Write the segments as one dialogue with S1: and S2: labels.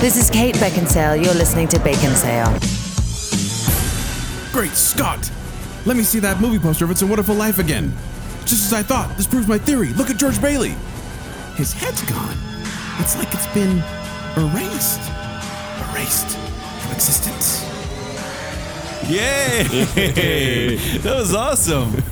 S1: This is Kate Beckinsale. You're listening to Bacon Sale.
S2: Great Scott! Let me see that movie poster of It's a Wonderful Life again. Just as I thought, this proves my theory. Look at George Bailey. His head's gone. It's like it's been erased. Erased from existence.
S3: Yay! that was awesome.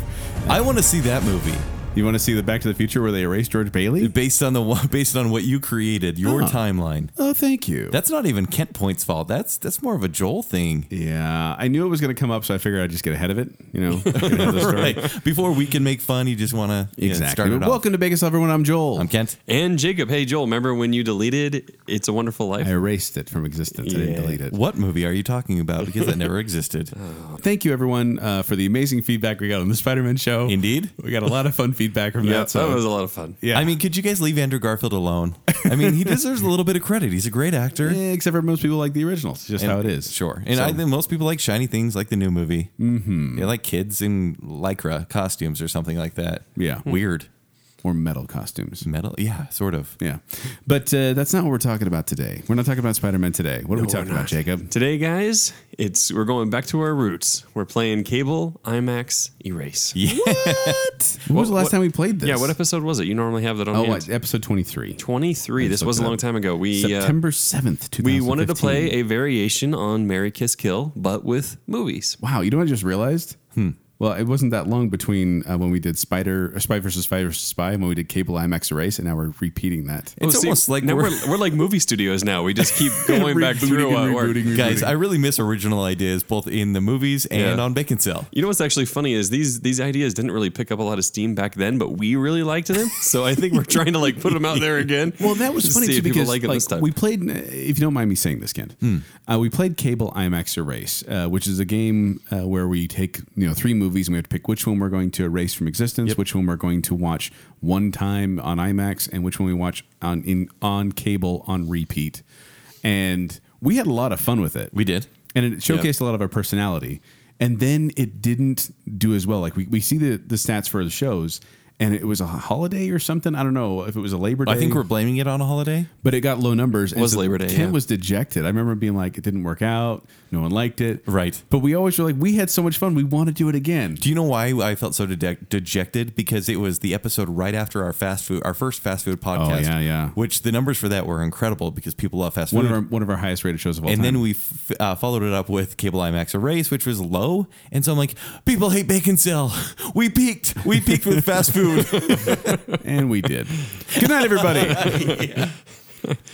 S3: I want to see that movie
S2: You want to see the Back to the Future where they erased George Bailey?
S3: based on the one- based on what you created, your
S2: Oh.
S3: timeline.
S2: Oh, thank you.
S3: That's not even Kent Point's fault. That's that's more of a Joel thing.
S2: yeah, I knew it was going to come up, so I figured I'd just get ahead of it. You know,
S3: Right. Before we can make fun, you just want to
S2: exactly.
S3: start it
S2: But
S3: off.
S2: Welcome to Vegas, everyone. I'm Joel.
S3: I'm Kent.
S4: And Jacob, hey Joel, remember when you deleted "It's a Wonderful Life"?
S2: I erased it from existence. I didn't
S4: Yeah.
S2: delete it.
S3: What movie are you talking about? Because that never existed. Oh.
S2: Thank you, everyone, uh, for the amazing feedback we got on the Spider-Man show.
S3: Indeed.
S2: we got a lot of fun feedback from
S4: yeah,
S2: that. So
S4: that was a lot of fun.
S2: Yeah.
S3: I mean, could you guys leave Andrew Garfield alone? I mean, he deserves a little bit of credit. He's a great actor.
S2: Eh, except for most people like the originals. Just
S3: And-
S2: how it is.
S3: Sure. And
S2: So-
S3: I think most people like shiny things like the new movie. Mm-hmm. They like kids in lycra costumes or something like that.
S2: Yeah.
S3: Weird.
S2: or metal costumes.
S3: Metal. Yeah, sort of.
S2: Yeah, but uh, that's not what we're talking about today. We're not talking about Spider-Man today. What are we
S4: No,
S2: talking
S4: we're
S2: about,
S4: not.
S2: Jacob?
S4: Today, guys, it's we're going back to our roots. We're playing cable, IMAX, erase. Yeah,
S2: What? When was the last
S4: what-
S2: time we played this?
S4: what episode was it? You normally have that on.
S2: Oh,
S4: hand.
S2: what, episode twenty-three,
S4: Twenty-three.
S2: Let's
S4: This was a
S2: look it
S4: long
S2: up.
S4: time ago. We uh,
S2: September seventh, two thousand.
S4: we wanted to play a variation on "Mary Kiss Kill," but with movies.
S2: Wow, you know what I just realized? Hmm. Well, it wasn't that long between uh, when we did Spider, or Spy versus Spy versus Spy, and when we did Cable IMAX Erase, and now we're repeating that.
S3: It's
S4: Oh, see,
S3: almost like
S4: now
S3: we're-
S4: we're, we're like movie studios now. We just keep going back through
S2: Rebooting
S4: our
S2: and
S4: work.
S2: rebooting,
S3: Guys,
S2: rebooting.
S3: I really miss original ideas both in the movies and
S4: Yeah.
S3: on Bacon Cell.
S4: You know what's actually funny is these these ideas didn't really pick up a lot of steam back then, but we really liked them. So I think we're trying to like put them out there again.
S2: Well, that was
S4: Just
S2: funny
S4: see
S2: too
S4: if people
S2: because
S4: like, 'em
S2: like,
S4: this time. Hmm.
S2: we played. If you don't mind me saying this, Kent, uh, we played Cable IMAX Erase, uh, which is a game uh, where we take you know three movies and we have to pick which one we're going to erase from existence, which one we're going to watch one time on IMAX, and which one we watch on in on cable on repeat. And we had a lot of fun with it.
S3: We did.
S2: and it showcased a lot of our personality. And then it didn't do as well. Like we, we see the the stats for the shows. And it was a holiday or something. I don't know if it was a Labor Day
S3: I think we're blaming it on a holiday.
S2: but it got low numbers. and
S4: Was Labor Day,
S2: Kent
S4: yeah.
S2: was dejected. I remember being like, it didn't work out. No one liked it.
S3: Right.
S2: But we always were like, we had so much fun. We want to do it again.
S3: Do you know why I felt so de- dejected? Because it was the episode right after our fast food, our first fast food podcast.
S2: yeah, yeah.
S3: Which the numbers for that were incredible because people love fast food.
S2: one of our one of our highest rated shows of all
S3: and
S2: time.
S3: then we f- uh, followed it up with Cable IMAX Erase, which was low. And so I'm like, people hate Bacon Cell. We peaked. We peaked with fast food.
S2: and we did. Good night, everybody.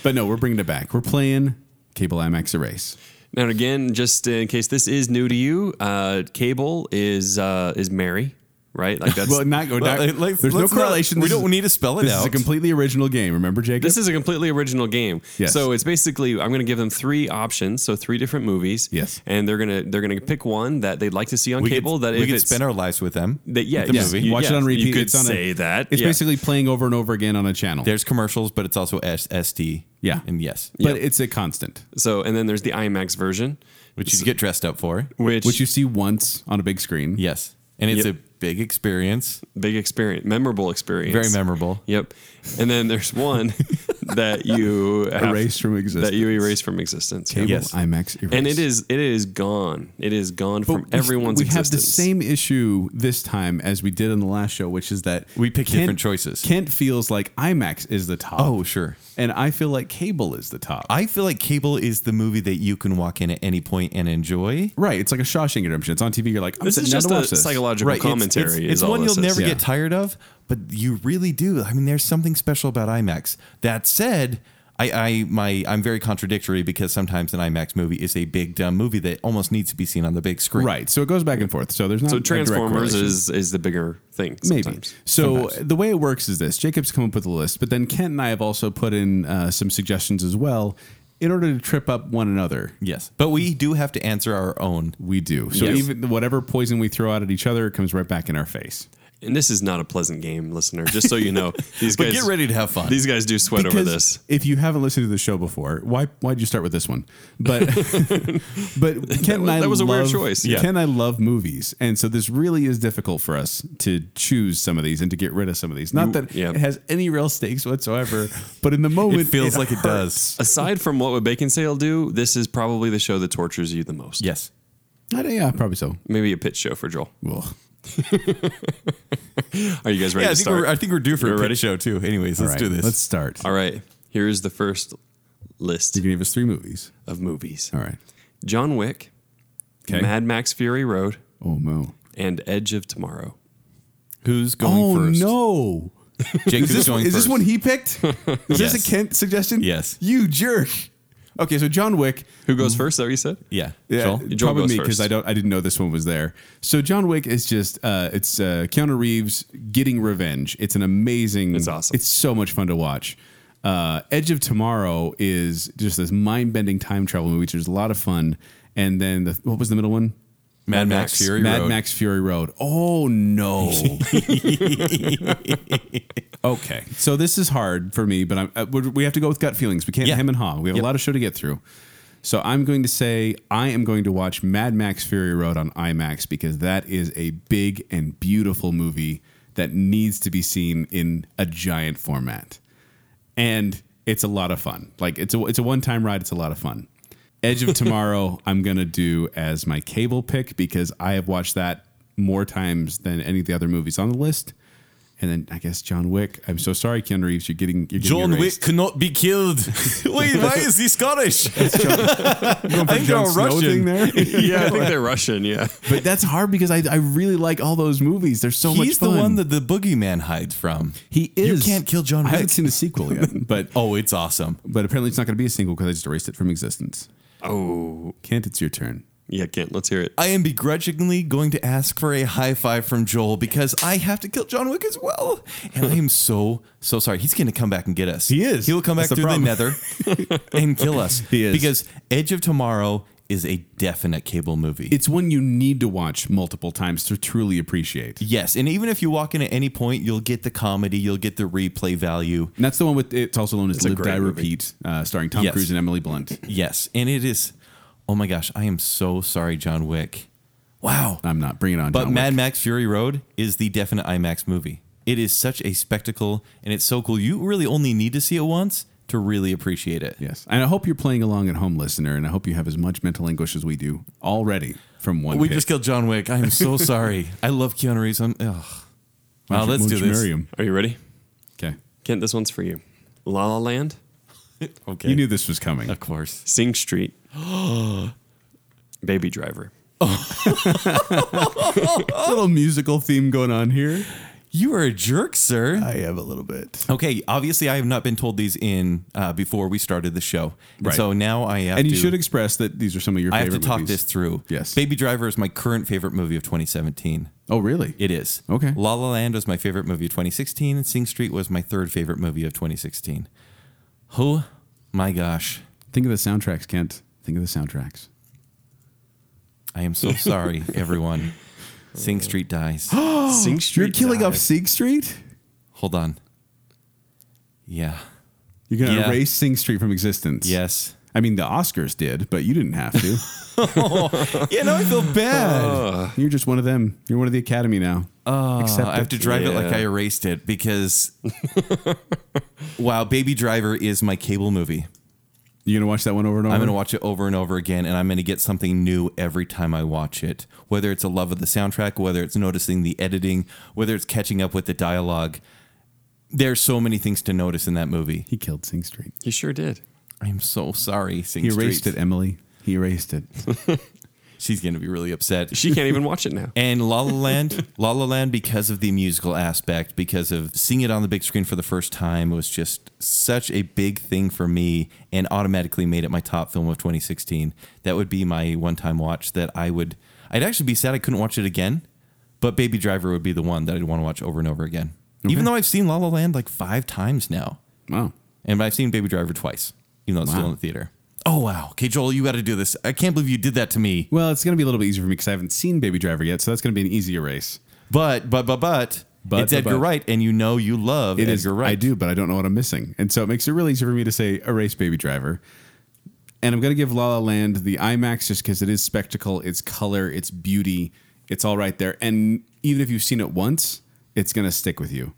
S2: But no, we're bringing it back. We're playing Cable IMAX Erase.
S4: now again, just in case this is new to you, uh, cable is uh, is Mary, right? Like that's
S2: Well, not go
S3: Well,
S2: down.
S3: it- like,
S2: There's no
S3: let's not-
S2: correlation.
S3: we
S2: This
S3: don't
S2: is-
S3: need to spell it
S2: This is
S3: out.
S2: a completely original game. Remember, Jacob?
S4: This is a completely original game.
S2: Yes.
S4: So it's basically I'm going to give them three options, so three different movies.
S2: Yes.
S4: And they're gonna they're gonna pick one that they'd like to see on
S3: we
S4: cable.
S3: could,
S4: that
S3: we
S4: if
S3: could
S4: it's
S3: spend our lives with them.
S4: that yeah,
S3: with the
S4: yes,
S3: movie.
S4: you-
S2: Watch it
S4: yes,
S2: on repeat.
S4: You could
S2: It's on a-
S4: say that.
S2: It's
S4: yeah.
S2: basically playing over and over again on a channel.
S3: There's commercials, but it's also S- ST.
S2: Yeah.
S3: And yes,
S2: but it's a constant,
S4: so. And then there's the IMAX version,
S3: which you get dressed up for.
S4: which
S2: which you see once on a big screen.
S3: Yes. And it's
S4: Yep.
S3: a big experience,
S4: big experience, memorable experience,
S3: very memorable.
S4: Yep. And then there's one that you have-
S2: Erased from existence.
S4: That you erase from existence.
S2: Cable
S3: Yes.
S2: IMAX Erase.
S4: And it is it is gone. It is gone
S2: But
S4: from
S2: we-
S4: everyone's
S2: We have
S4: existence.
S2: the same issue this time as we did on the last show, which is that
S3: We pick different choices.
S2: Kent feels like IMAX is the top.
S3: Oh, sure.
S2: and I feel like cable is the top.
S3: I feel like Cable is the movie that you can walk in at any point and enjoy.
S2: right? It's like a Shawshank Redemption. It's on TV. You're like, I'm
S4: This
S2: sitting
S4: is
S2: down
S4: just
S2: to
S4: a
S2: watch this.
S4: psychological
S3: Right. It's-
S4: commentary.
S3: It's,
S4: is
S3: it's
S4: all
S3: one
S4: this
S3: you'll
S4: is.
S3: never
S2: Yeah.
S3: get tired of, but you really do. I mean, there's something special about IMAX. That said, I, I my I'm very contradictory because sometimes an IMAX movie is a big dumb movie that almost needs to be seen on the big screen.
S2: Right. So it goes back and forth. So there's not
S4: So
S2: a direct
S4: Transformers
S2: correlation.
S4: is is the bigger thing.
S2: Maybe.
S4: Sometimes.
S2: So the way it works is this: Jacob's come up with a list, but then Kent and I have also put in uh, some suggestions as well, in order to trip up one another.
S3: Yes. But we do have to answer our own.
S2: We do. So
S4: Yes.
S2: even whatever poison we throw out at each other, it comes right back in our face.
S4: And this is not a pleasant game, listener. Just so you know, these
S3: But
S4: guys
S3: get ready to have fun.
S4: These guys do sweat over
S2: Because
S4: this.
S2: If you haven't listened to the show before, why why'd you start with this one? But but Ken and
S4: was-
S2: I
S4: that was a
S2: love,
S4: weird choice, yeah.
S2: Ken and I love movies, and so this really is difficult for us to choose some of these and to get rid of some of these. Not
S4: You-
S2: that
S4: yeah.
S2: it has any real stakes whatsoever, but in the moment,
S3: it feels like it
S2: hurts.
S3: does.
S4: Aside from what would Bacon Sale do, this is probably the show that tortures you the most.
S3: Yes.
S2: I don't- yeah, probably so.
S4: Maybe a pitch show for Joel.
S2: Ugh.
S4: Are you guys ready
S3: Yeah, I
S4: to
S3: think,
S4: start?
S3: we're, I think we're due for
S4: We're
S3: a
S4: ready?
S3: ready show too. Anyways, let's
S2: All right,
S3: do this.
S2: Let's start.
S4: All right. Here is the first list
S2: You can give us three movies.
S4: of movies
S2: All right.
S4: John Wick,
S2: Okay.
S4: Mad Max Fury Road,
S2: Oh no.
S4: and Edge of Tomorrow.
S3: Who's going first?
S2: Oh, no.
S3: Jake,
S2: Is
S3: who's
S2: this,
S3: going
S2: is this
S3: first?
S2: one he picked? Is
S3: Yes.
S2: this a Kent suggestion?
S3: Yes.
S2: You jerk. Okay, so John Wick.
S4: Who goes first? Is that what you said?
S3: Yeah.
S2: Yeah,
S3: Joel?
S4: Joel
S2: probably
S4: goes
S2: me because
S4: first.
S2: I don't I didn't know this one was there. So John Wick is just uh, it's uh, Keanu Reeves getting revenge. It's an amazing.
S4: It's awesome.
S2: It's so much fun to watch. Uh, Edge of Tomorrow is just this mind bending time travel movie, which is a lot of fun. And then the, what was the middle one?
S3: Mad
S4: Mad
S3: Max
S4: Max.
S3: Fury
S2: Mad
S3: Road.
S2: Max Fury Road. Oh no. okay, so this is hard for me, but I'm, uh, we- we have to go with gut feelings. We can't
S3: Yeah.
S2: hem and haw. We have
S3: Yep.
S2: a lot of show to get through. So I'm going to say I am going to watch Mad Max Fury Road on IMAX because that is a big and beautiful movie that needs to be seen in a giant format and it's a lot of fun. Like it's a it's a one time ride. It's a lot of fun. Edge of Tomorrow, I'm gonna do as my cable pick because I have watched that more times than any of the other movies on the list. And then I guess John Wick. I'm so sorry, Keanu Reeves. You're getting you're getting
S3: John
S2: erased.
S3: Wick cannot be killed. Wait, why is he Scottish?
S2: Going for
S3: think
S2: Jon
S3: you're
S2: Snow
S3: Russian.
S2: thing there.
S4: Yeah, I think they're Russian. Yeah.
S2: but that's hard because I, I really like all those movies. They're so much
S3: He's the
S2: fun.
S3: one that the boogeyman hides from.
S2: he is.
S3: You can't kill John
S2: I haven't
S3: Wick.
S2: seen the sequel yet, but
S3: Oh, it's awesome.
S2: but apparently it's not going to be a sequel because I just erased it from existence.
S4: Oh.
S2: Kent, it's your turn.
S4: Yeah, Kent, let's hear it.
S3: I am begrudgingly going to ask for a high five from Joel because I have to kill John Wick as well. And I am so, so sorry. He's going to come back and get us.
S2: He is.
S3: He will come back
S2: That's the
S3: through the nether and kill us.
S2: He is.
S3: Because Edge of Tomorrow is a definite cable movie.
S2: it's one you need to watch multiple times to truly appreciate. And
S3: yes. And even if you walk in at any point, you'll get the comedy, you'll get the replay value.
S2: that's the one with it's also known as
S4: a
S2: Live
S4: great
S2: Die
S4: movie.
S2: Repeat, uh, starring Tom
S3: Yes.
S2: Cruise and Emily Blunt.
S3: Yes. And it is, oh my gosh, I am so sorry, John Wick. Wow.
S2: I'm not bringing on,
S3: But
S2: John
S3: Mad
S2: Wick.
S3: Max Fury Road is the definite IMAX movie. It is such a spectacle and it's so cool. You really only need to see it once to really appreciate it.
S2: Yes, and I hope you're playing along at home, listener, and I hope you have as much mental anguish as we do already from one.
S3: We
S2: pick.
S3: just killed John Wick. I'm so sorry. I love Keanu Reeves. I'm, ugh.
S2: Why don't you-
S3: Wow, Oh, let's
S2: why
S3: do
S2: don't you
S3: this.
S2: marry him?
S4: Are you ready?
S2: Okay,
S4: Kent, this one's for you. La La Land,
S3: Okay.
S2: you knew this was coming.
S3: of course.
S4: Sing Street, Baby Driver.
S2: A
S3: Oh.
S2: little musical theme going on here.
S3: You are a jerk, sir.
S2: I have a little bit,
S3: okay. Obviously, I have not been told these in uh, before we started the show. And
S2: Right.
S3: So now I have
S2: and
S3: to.
S2: you should express that these are some of your.
S3: I have
S2: favorite
S3: to talk
S2: movies.
S3: this through.
S2: Yes.
S3: Baby Driver is my current favorite movie of 2017.
S2: Oh, really?
S3: It is.
S2: Okay.
S3: La La Land was my favorite movie of 2016, and Sing Street was my third favorite movie of 2016. Oh my gosh.
S2: Think of the soundtracks, Kent. Think of the soundtracks.
S3: I am so sorry, everyone. Sing Street dies.
S4: Sing Street.
S2: You're killing
S4: died.
S2: off Sieg Street.
S3: Hold on. Yeah.
S2: You're gonna
S3: Yeah.
S2: erase Sing Street from existence.
S3: Yes.
S2: I mean, the Oscars did, but you didn't have to.
S3: Yeah, now I feel bad.
S2: You're just one of them. You're one of the Academy now. Uh, Except
S3: I have to drive it like
S4: Yeah.
S3: I erased it because wow, Baby Driver is my cable movie.
S2: you're gonna watch that one over and over.
S3: I'm going to watch it over and over again, and I'm going to get something new every time I watch it. Whether it's a love of the soundtrack, whether it's noticing the editing, whether it's catching up with the dialogue. There's so many things to notice in that movie.
S2: He killed Sing Street.
S4: He sure did.
S3: I'm so sorry. Sing
S2: He erased
S3: Street.
S2: it, Emily. He erased it.
S3: She's going to be really upset.
S4: She can't even watch it now.
S3: And La La Land, La La Land, because of the musical aspect, because of seeing it on the big screen for the first time, was just such a big thing for me, and automatically made it my top film of 2016. That would be my one-time watch. That I would, I'd actually be sad I couldn't watch it again, but Baby Driver would be the one that I'd want to watch over and over again. Even though I've seen La La Land like five times now,
S2: Wow.
S3: and I've seen Baby Driver twice, even though it's still
S2: Wow.
S3: in the theater. Oh wow! Okay, Joel, you got to do this. I can't believe you did that to me.
S2: Well, it's gonna be a little bit easier for me because I haven't seen Baby Driver yet, so that's gonna be an easy erase.
S3: But but but but,
S2: But,
S3: it's
S2: but,
S3: Edgar
S2: but.
S3: Wright, and you know you love
S2: It
S3: Edgar
S2: is.
S3: Wright.
S2: I do, but I don't know what I'm missing. And so it makes it really easy for me to say erase Baby Driver. And I'm going to give La La Land the IMAX just because it is spectacle, it's color, it's beauty, it's all right there. And even if you've seen it once, it's going to stick with you.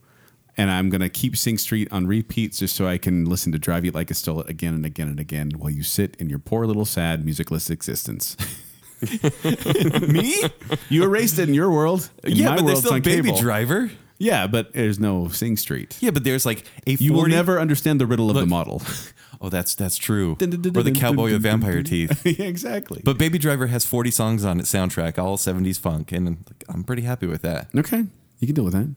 S2: And I'm going to keep Sing Street on repeats just so I can listen to Drive You Like a Stole It again and again and again while you sit in your poor little sad musicless existence.
S3: Me?
S2: You erased it in your world. In
S3: yeah,
S2: my
S3: but there's
S2: world's
S3: still
S2: on
S3: Baby
S2: cable.
S3: Driver.
S2: Yeah, but there's no Sing Street.
S3: Yeah, but there's like a 40.
S2: You will never understand the riddle of the model.
S3: Oh, that's that's true.
S2: Dun, dun, dun,
S3: or the
S2: dun,
S3: Cowboy
S2: dun,
S3: with
S2: dun, dun,
S3: Vampire
S2: dun.
S3: Teeth.
S2: yeah, exactly.
S3: But Baby Driver has 40 songs on its soundtrack, all 70s funk, and like, I'm pretty happy with that.
S2: okay, you can deal with that.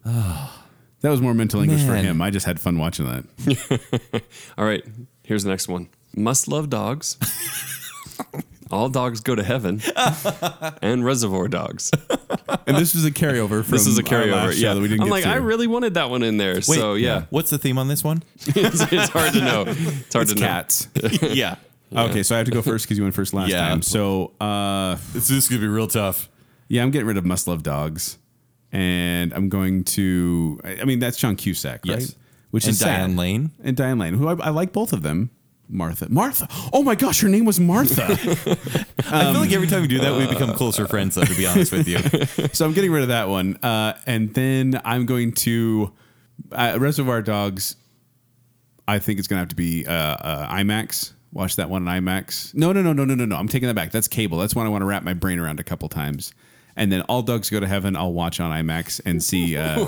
S2: that was more mental English for
S3: Ah. Man.
S2: him. I just had fun watching that.
S4: All right, here's the next one. Must love dogs. All dogs go to heaven. and reservoir dogs.
S2: And this was a carryover. From
S4: This is a
S2: our last
S4: carryover.
S2: show
S4: Yeah,
S2: that we didn't
S4: I'm
S2: get
S4: like,
S2: to.
S4: I really wanted that one in there. so yeah,
S3: What's the theme on this one?
S4: it's, it's hard to know. It's hard
S2: it's
S4: to
S2: cats.
S3: yeah.
S2: Okay, so I have to go first because you went first last
S3: Yeah.
S2: time. So uh,
S3: This is going to be real tough.
S2: yeah, I'm getting rid of must love dogs, and I'm going to. I I mean, that's John Cusack, right?
S3: Yes.
S2: Which
S3: And
S2: is sad.
S3: Diane Lane.
S2: and Diane Lane, who I, I like both of them. Martha, Martha. Oh my gosh, her name was Martha. Um,
S3: I feel like every time we do that, we become closer friends, though, to be honest with you.
S2: so I'm getting rid of that one. Uh, and then I'm going to uh, Reservoir Dogs. I think it's going to have to be uh, uh, IMAX. Watch that one on IMAX. No, no, no, no, no, no, no. I'm taking that back. That's cable. That's one I want to wrap my brain around a couple times. And then All Dogs Go to Heaven. I'll watch on IMAX and see. Uh,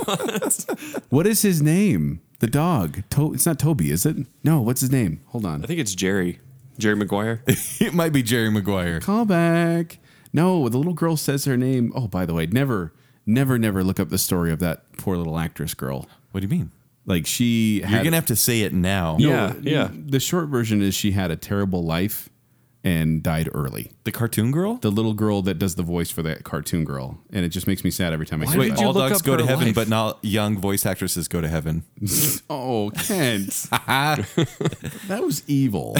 S2: what is his name? The dog. To- it's not Toby, is it? No. What's his name? Hold on.
S4: I think it's Jerry. Jerry Maguire.
S3: It might be Jerry Maguire.
S2: call back. No, the little girl says her name. Oh, by the way, never, never, never look up the story of that poor little actress girl.
S3: What do you mean?
S2: Like she, had,
S3: You're going to have to say it now.
S4: yeah, yeah.
S2: The short version is she had a terrible life and died early.
S3: The cartoon girl?
S2: The little girl that does the voice for that cartoon girl, and it just makes me sad every time I see
S4: Why
S2: it.
S4: did
S3: Wait,
S4: you
S3: all
S4: look
S3: dogs
S4: up
S3: go to
S4: her
S3: heaven,
S4: life?
S3: but not young voice actresses go to heaven.
S2: Oh, Kent, that was evil.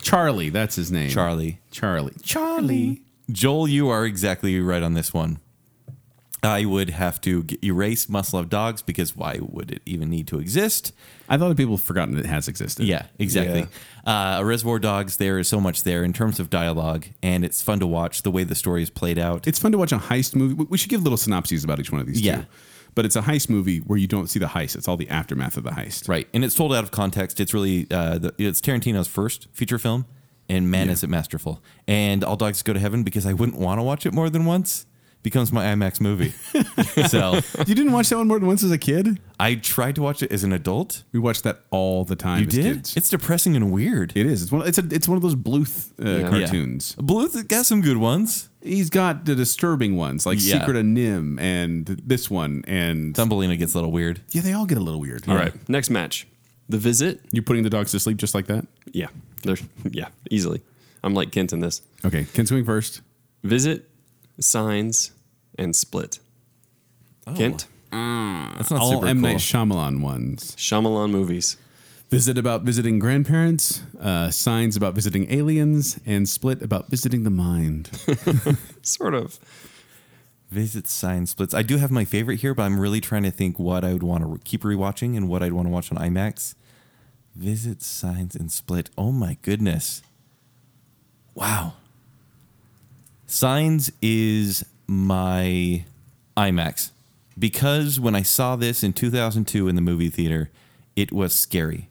S2: Charlie, that's his name.
S3: Charlie. Mm-hmm.
S2: Charlie. Charlie.
S3: Joel, you are exactly right on this one. I would have to g- erase Must Love Dogs because why would it even need to exist?
S2: I thought that people had forgotten it has existed.
S3: Yeah, exactly. Uh, Reservoir Dogs, there is so much there in terms of dialogue, and it's fun to watch the way the story is played out.
S2: it's fun to watch a heist movie. We- We should give little synopses about each one of these.
S3: Yeah.
S2: Two. But it's a heist movie where you don't see the heist. It's all the aftermath of the heist.
S3: right, and it's told out of context. It's really uh, the, it's Tarantino's first feature film, and man, is it masterful! And All Dogs Go to Heaven because I wouldn't want to watch it more than once becomes my IMAX movie. so
S2: You didn't watch that one more than once as a kid?
S3: I tried to watch it as an adult.
S2: We watched that all the time.
S3: You
S2: as
S3: did?
S2: Kids.
S3: It's depressing and weird.
S2: It is. It's one. It's a. It's one of those Bluth uh,
S4: Yeah.
S2: cartoons.
S3: Bluth got some good ones.
S2: He's got the disturbing ones like
S3: Yeah.
S2: Secret of Nim and this one and
S3: Thumbelina gets a little weird.
S2: yeah, they all get a little weird.
S4: All right, next match. The visit.
S2: you putting the dogs to sleep just like that?
S4: Yeah, there's yeah, easily. I'm like Kent in this.
S2: Okay, Ken's going first.
S4: Visit, signs, and split.
S2: Oh.
S4: Kent,
S3: That's not
S2: All
S3: super
S2: M
S3: cool.
S2: Night Shyamalan ones.
S4: Shyamalan movies.
S2: Visit about visiting grandparents, uh, signs about visiting aliens, and split about visiting the mind.
S4: Sort of.
S3: Visit sign splits. I do have my favorite here, but I'm really trying to think what I would want to re- keep rewatching and what I'd want to watch on IMAX. Visit signs and split. Oh my goodness. Wow. Signs is my IMAX because when I saw this in 2002 in the movie theater, it was scary.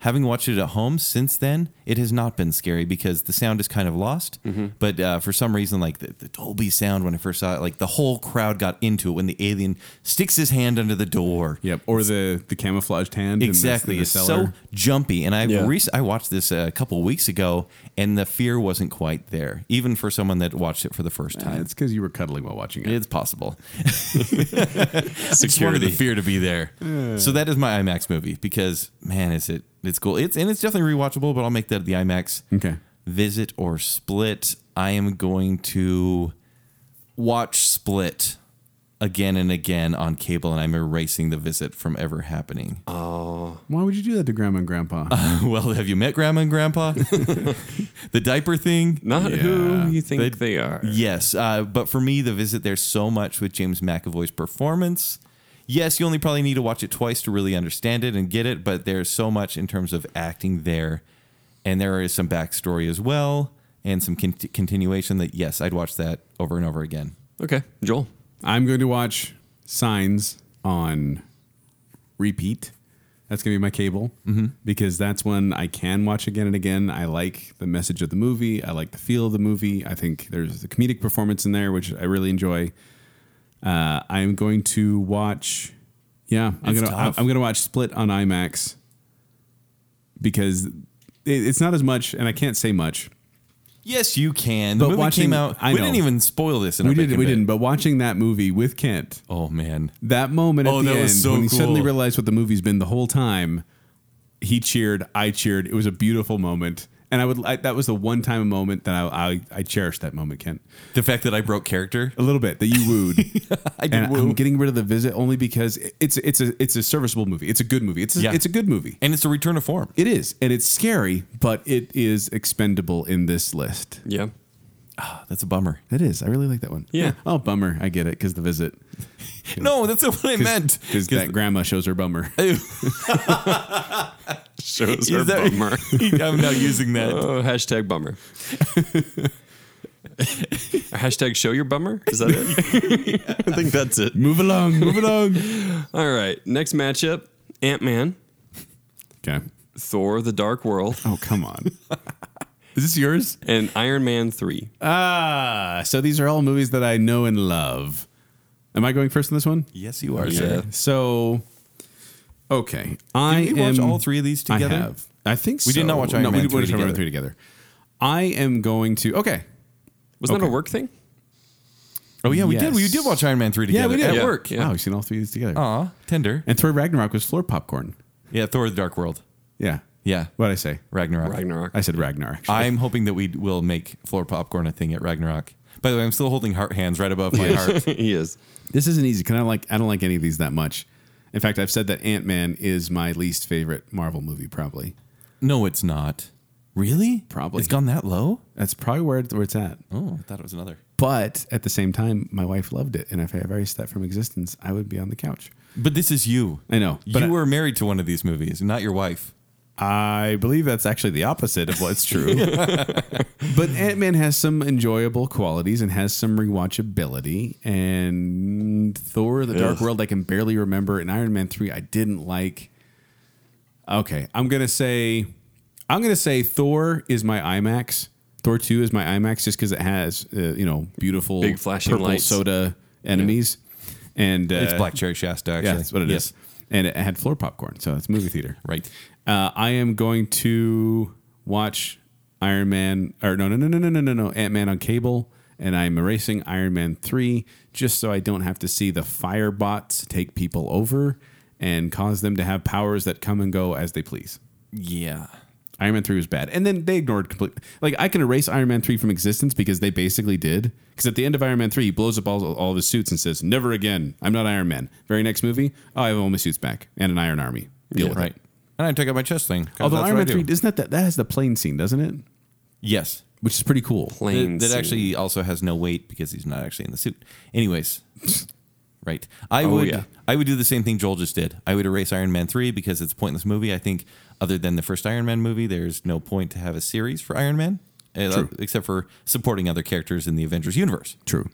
S3: Having watched it at home since then, it has not been scary because the sound is kind of lost. But uh, for some reason, like the, the Dolby sound when I first saw it, like the whole crowd got into it when the alien sticks his hand under the door.
S2: Yep. Or the the camouflaged hand. in the-
S3: Exactly.
S2: in the
S3: it's so
S2: cellar.
S3: jumpy. And I
S4: Yeah.
S3: rec- I watched this a couple weeks ago, and the fear wasn't quite there, even for someone that watched it for the first
S2: Uh,
S3: time.
S2: it's because you were cuddling while watching it.
S3: It's possible. Just wanted the
S4: Security.
S3: fear to be there. so that is my IMAX movie because man, is it it's cool. It's and it's definitely rewatchable, but I'll make that the IMAX
S2: Okay.
S3: visit or split. I am going to watch Split again and again on cable, and I'm erasing the visit from ever happening.
S2: Why would you do that to grandma and grandpa?
S3: well, have you met grandma and grandpa? the diaper thing?
S4: Not
S2: Yeah.
S4: who you think
S3: They'd-
S4: they are.
S3: Yes, uh, but for me, the visit there's so much with James McAvoy's performance. Yes, you only probably need to watch it twice to really understand it and get it, but there's so much in terms of acting there, and there is some backstory as well, and some con- continuation that yes, I'd watch that over and over again.
S4: Okay, Joel.
S2: I'm going to watch Signs on repeat. That's going to be my cable
S3: Mm-hmm.
S2: because that's one I can watch again and again. I like the message of the movie. I like the feel of the movie. I think there's the comedic performance in there, which I really enjoy. Uh, I'm going to watch. Yeah, I'm
S3: It's
S2: gonna
S3: tough.
S2: I'm gonna watch Split on IMAX because it, it's not as much, and I can't say much.
S3: Yes, you can.
S2: But
S3: The movie
S2: watching-
S3: came out.
S2: I
S3: we
S2: know.
S3: didn't even spoil this. In
S2: We
S3: our
S2: didn't,
S3: big
S2: we
S3: debate.
S2: didn't, but watching that movie with Kent
S3: Oh man,
S2: That moment at
S3: Oh,
S2: the
S3: that
S2: end
S3: was so
S2: when he suddenly
S3: cool.
S2: realized what the movie's been the whole time. He cheered, I cheered. It was a beautiful moment, and I would I, that was the one time moment that I, I I cherished that moment, Kent.
S3: the fact that I broke character.
S2: A little bit that you wooed.
S3: I did
S2: and
S3: woo.
S2: I'm getting rid of the visit only because it- it's it's a it's a serviceable movie. It's a good movie. It's a,
S3: Yeah.
S2: it's a good movie.
S3: and it's a return of form.
S2: It is, and it's scary, but it is expendable in this list.
S4: Yeah.
S3: That's a bummer.
S2: It is. I really like that one.
S4: Yeah.
S2: Oh, bummer. I get it because the visit.
S3: No, that's not what I meant.
S2: Because that grandma shows her bummer.
S3: Is
S4: Shows are
S3: that-
S4: bummer.
S3: I'm now using that.
S4: Oh, hashtag bummer. hashtag show your bummer. Is that it? I think that's it.
S2: move along. Move along.
S4: All right. Next matchup Ant Man,
S2: Okay.
S4: Thor, The Dark World,
S2: Oh, come on. Is this yours?
S4: and Iron Man 3.
S2: Ah, so these are all movies that I know and love. Am I going first in this one?
S3: Yes, you are.
S4: Yeah.
S3: Sir.
S2: So, okay. I
S3: we watch
S2: am-
S3: all three of these together?
S2: I have. I think so.
S3: We did not watch Iron
S2: no,
S3: Man
S2: we did
S3: 3
S2: watch Iron Man
S3: together.
S2: 3 together. I am going to. Okay.
S4: Was that
S2: Okay.
S4: a work thing?
S3: Oh yeah, we did. We
S2: Yes.
S3: did watch Iron Man three together.
S2: yeah, we did.
S3: At
S4: Yeah.
S3: work.
S2: Wow, we've seen all three of these together.
S3: Aw, tender.
S2: And Thor Ragnarok was floor popcorn.
S3: Yeah, Thor: The Dark World.
S2: Yeah.
S3: Oh. Yeah,
S2: What'd I say?
S3: Ragnarok.
S4: Ragnarok.
S2: I said Ragnarok.
S3: I'm hoping that we will make floor popcorn a thing at Ragnarok. By the way, I'm still holding heart hands right above my heart.
S4: he is.
S2: This isn't easy. Can I like? I don't like any of these that much. In fact, I've said that Ant Man is my least favorite Marvel movie. Probably.
S3: No, it's not. Really?
S2: Probably.
S3: It's gone that low.
S2: That's probably where it, where it's at.
S3: Oh, I thought it was another.
S2: But at the same time, my wife loved it, and if I erased that from existence, I would be on the couch.
S3: But this is you.
S2: I know. But
S3: you
S2: I-
S3: were married to one of these movies, not your wife.
S2: I believe that's actually the opposite of what's true. but Ant Man has some enjoyable qualities and has some rewatchability. And Thor: The Dark
S4: Ugh.
S2: World, I can barely remember. And Iron Man three, I didn't like. Okay, I'm gonna say, I'm gonna say Thor is my IMAX. Thor two is my IMAX just because it has uh, you know beautiful
S4: Big flashing
S2: purple
S4: lights.
S2: soda enemies. And uh,
S3: It's Black Cherry Shasta. Actually,
S2: yeah, that's what it is.
S3: Yes.
S2: And it had floor popcorn, so it's movie theater.
S3: Right.
S2: Uh, I am going to watch Iron Man, or no, no, no, no, no, no, no, no, Ant Man on cable, and I'm erasing Iron Man 3 just so I don't have to see the fire bots take people over and cause them to have powers that come and go as they please.
S3: Yeah.
S2: Iron Man 3 was bad. And then they ignored completely. Like, I can erase Iron Man 3 from existence because they basically did. Because at the end of Iron Man 3, he blows up all, all of his suits and says, Never again. I'm not Iron Man. Very next movie, oh, I have all my suits back and an Iron Army. Deal with
S3: Right.
S2: it.
S3: And I took out my chest thing. 'cause
S2: Although
S3: that's
S2: Iron
S3: what I
S2: Man 3,
S3: do.
S2: isn't that, that, that has the plane scene, doesn't it?
S3: Yes.
S2: Which is pretty cool.
S4: Plain.
S3: that, that
S4: scene.
S3: actually also has no weight because he's not actually in the suit. Anyways, right?
S2: Oh,
S3: I would
S4: yeah.
S3: I would do the same thing Joel just did. I would erase Iron Man three because it's a pointless movie. I think other than the first Iron Man movie, there's no point to have a series for Iron Man, uh, except for supporting other characters in the Avengers universe.
S2: True.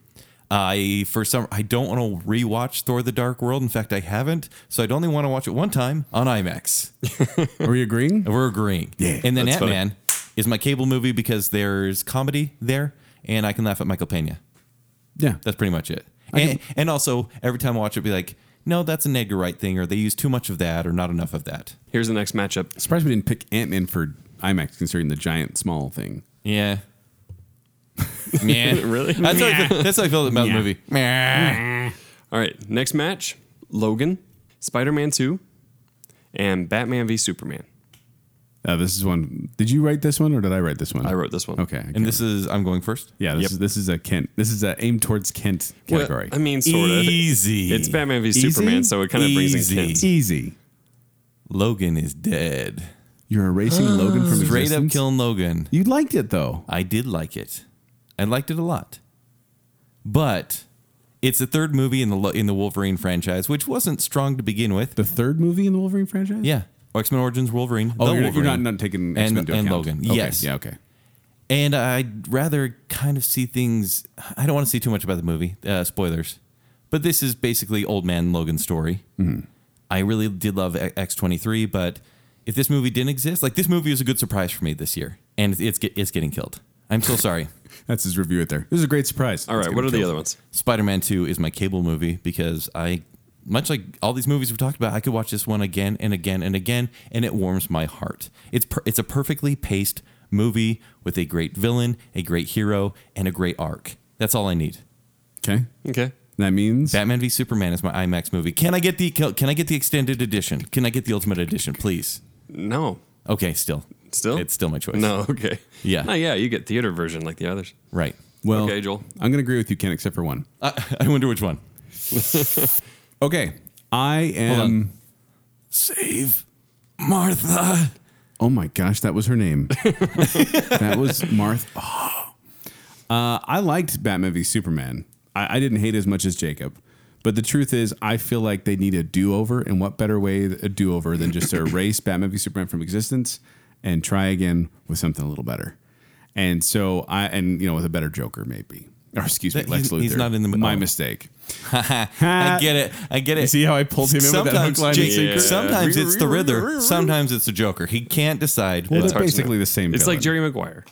S3: I for some I don't want to rewatch Thor: The Dark World. In fact, I haven't, so I'd only want to watch it one time on IMAX.
S2: Are we agreeing?
S3: We're agreeing. Yeah. And then
S4: that's
S3: Ant
S4: funny.
S3: Man is my cable movie because there's comedy there, and I can laugh at Michael Pena.
S2: yeah.
S3: That's pretty much it.
S2: can-
S3: And, and also, every time I watch it, be like, no, that's an Edgar Wright thing, or they use too much of that, or not enough of that.
S4: Here's the next matchup.
S2: Surprised we didn't pick Ant Man for IMAX considering the giant small thing.
S3: Yeah. yeah.
S4: Really?
S3: That's how, I feel, that's how I felt about the movie. Meh.
S4: All right. Next match Logan, Spider Man 2, and Batman v Superman.
S2: Uh, this is one. Did you write this one or did I write this one?
S4: I wrote this one.
S2: Okay. I
S3: And
S2: can't-
S3: this is I'm going first.
S2: yeah, this
S4: Yep.
S2: is this is a Kent. This is a aim towards Kent
S4: Well,
S2: category.
S4: I mean, sort of.
S3: Easy.
S4: It's Batman v
S2: Easy?
S4: Superman, so it kind of brings
S3: Easy.
S4: in Kent.
S2: easy.
S3: Logan is dead.
S2: You're erasing Logan from
S3: Straight
S2: existence.
S3: up killing Logan.
S2: You liked it though.
S3: I did like it. I liked it a lot. But it's the third movie in the Lo- in the Wolverine franchise, which wasn't strong to begin with.
S2: The third movie in the Wolverine franchise.
S3: Yeah, X Men Origins Wolverine.
S2: Oh,
S3: the
S2: you're, you're
S3: Wolverine.
S2: not, not taking X-Men
S3: And-
S2: into
S3: and
S2: account.
S3: Logan.
S2: Okay.
S3: Yes.
S2: Yeah. Okay.
S3: And I'd rather kind of see things. I don't want to see too much about the movie. Uh, spoilers. But this is basically old man Logan's story.
S2: Mm-hmm.
S3: I really did love E-, X twenty three, but if this movie didn't exist, like this movie was a good surprise for me this year, and it's get- it's getting killed. I'm so sorry.
S2: That's his review. It there. This is a great surprise.
S4: All
S2: It's
S4: right,
S2: gonna
S4: what are
S2: kill
S4: the
S2: it.
S4: other ones?
S3: Spider Man Two is my cable movie because I, much like all these movies we've talked about, I could watch this one again and again and again, and it warms my heart. It's per- it's a perfectly paced movie with a great villain, a great hero, and a great arc. That's all I need.
S2: Okay.
S4: Okay.
S2: That means
S3: Batman v Superman is my IMAX movie. Can I get the Can I get the extended edition? Can I get the ultimate edition, please?
S4: No.
S3: Okay, still,
S4: Still?
S3: it's still my choice.
S4: No, okay.
S3: Yeah.
S4: No, yeah, you get theater version like the others.
S3: right.
S2: well.
S4: Okay, Joel.
S2: I'm going to agree with you, Ken, except for one.
S3: I, I wonder which one.
S2: Okay. I am.
S3: Hold on. Save Martha.
S2: Oh my gosh, that was her name. that was Martha. Oh. Uh, I liked Batman v Superman. I, I didn't hate as much as Jacob, but the truth is, I feel like they need a do over, and what better way a do over than just to erase Batman v Superman from existence and try again with something a little better. And so I, and you know, with a better Joker maybe, or excuse me,
S3: That-
S2: Lex
S3: he's-
S2: Luthor.
S3: he's not in the mo-
S2: My
S3: oh.
S2: mistake.
S3: I get it. I get
S2: Uh,
S3: it.
S2: You see how I pulled him in with that hook, line, and
S3: Jake-
S4: sinker?
S3: sometimes it's the Riddler. Sometimes it's the Joker. He can't decide.
S2: Well,
S3: but
S2: they're
S4: hard to
S2: basically
S4: know.
S2: the same.
S4: It's like
S2: villain.
S4: Jerry Maguire.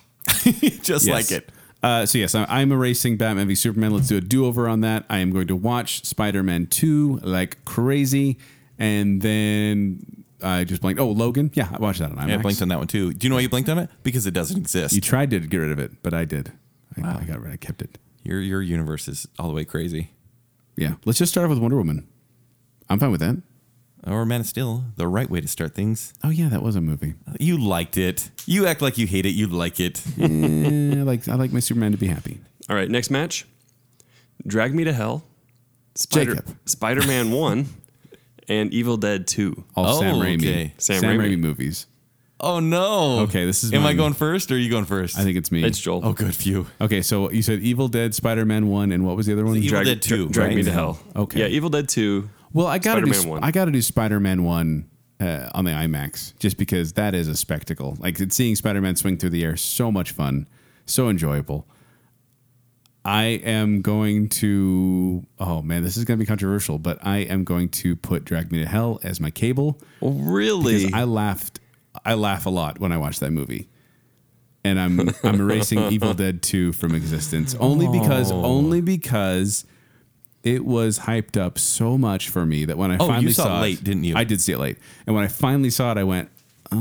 S3: just
S2: Yes.
S3: like it.
S2: Uh, so yes, I- I'm erasing Batman v Superman. Let's do a do-over on that. I am going to watch Spider-Man 2 like crazy, and then I just blanked. Oh, Logan. Yeah, I watched that on IMAX.
S3: I blinked on that one too. Do you know why you blinked on it? Because it doesn't exist.
S2: you tried to get rid of it, but I did. I, I got rid. I kept it.
S3: your your universe is all the way crazy.
S2: Yeah. Let's just start off with Wonder Woman. I'm fine with that.
S3: Or Man of Steel, the right way to start things.
S2: Oh yeah, that was a movie.
S3: You liked it. You act like you hate it. You like it.
S2: Eh, I like I like my Superman to be happy.
S4: All right, next match. Drag Me to Hell. Spider
S2: Jacob.
S4: Spider-Man 1 and Evil Dead 2.
S2: All
S3: Oh,
S2: Sam Raimi.
S3: okay.
S4: Sam
S2: Raimi.
S4: Raimi.
S2: movies.
S3: oh no.
S2: Okay, this is
S3: Am I
S2: mine.
S3: going first or are you going first?
S2: I think it's me.
S4: It's Joel.
S3: Oh, good few.
S2: Okay, so you said Evil Dead, Spider-Man One, and what was the other one?
S3: Evil Dead 2,
S4: Drag
S3: right?
S4: Me to Hell.
S2: Okay.
S4: Yeah, Evil Dead 2.
S2: Well, I gotta do.
S4: Spider-Man one.
S2: I gotta do Spider-Man one uh, on the IMAX just because that is a spectacle. Like it's seeing Spider-Man swing through the air, so much fun, so enjoyable. I am going to. Oh man, this is gonna be controversial, but I am going to put Drag Me to Hell as my cable
S4: Really?
S2: because I laughed. I laugh a lot when I watch that movie. And I'm I'm erasing Evil Dead 2 from existence only because
S3: Oh.
S2: only because it was hyped up so much for me that when I
S3: Oh, you
S2: finally
S3: saw it late, didn't you?
S2: I did see it late. And when I finally saw it, I went, uh,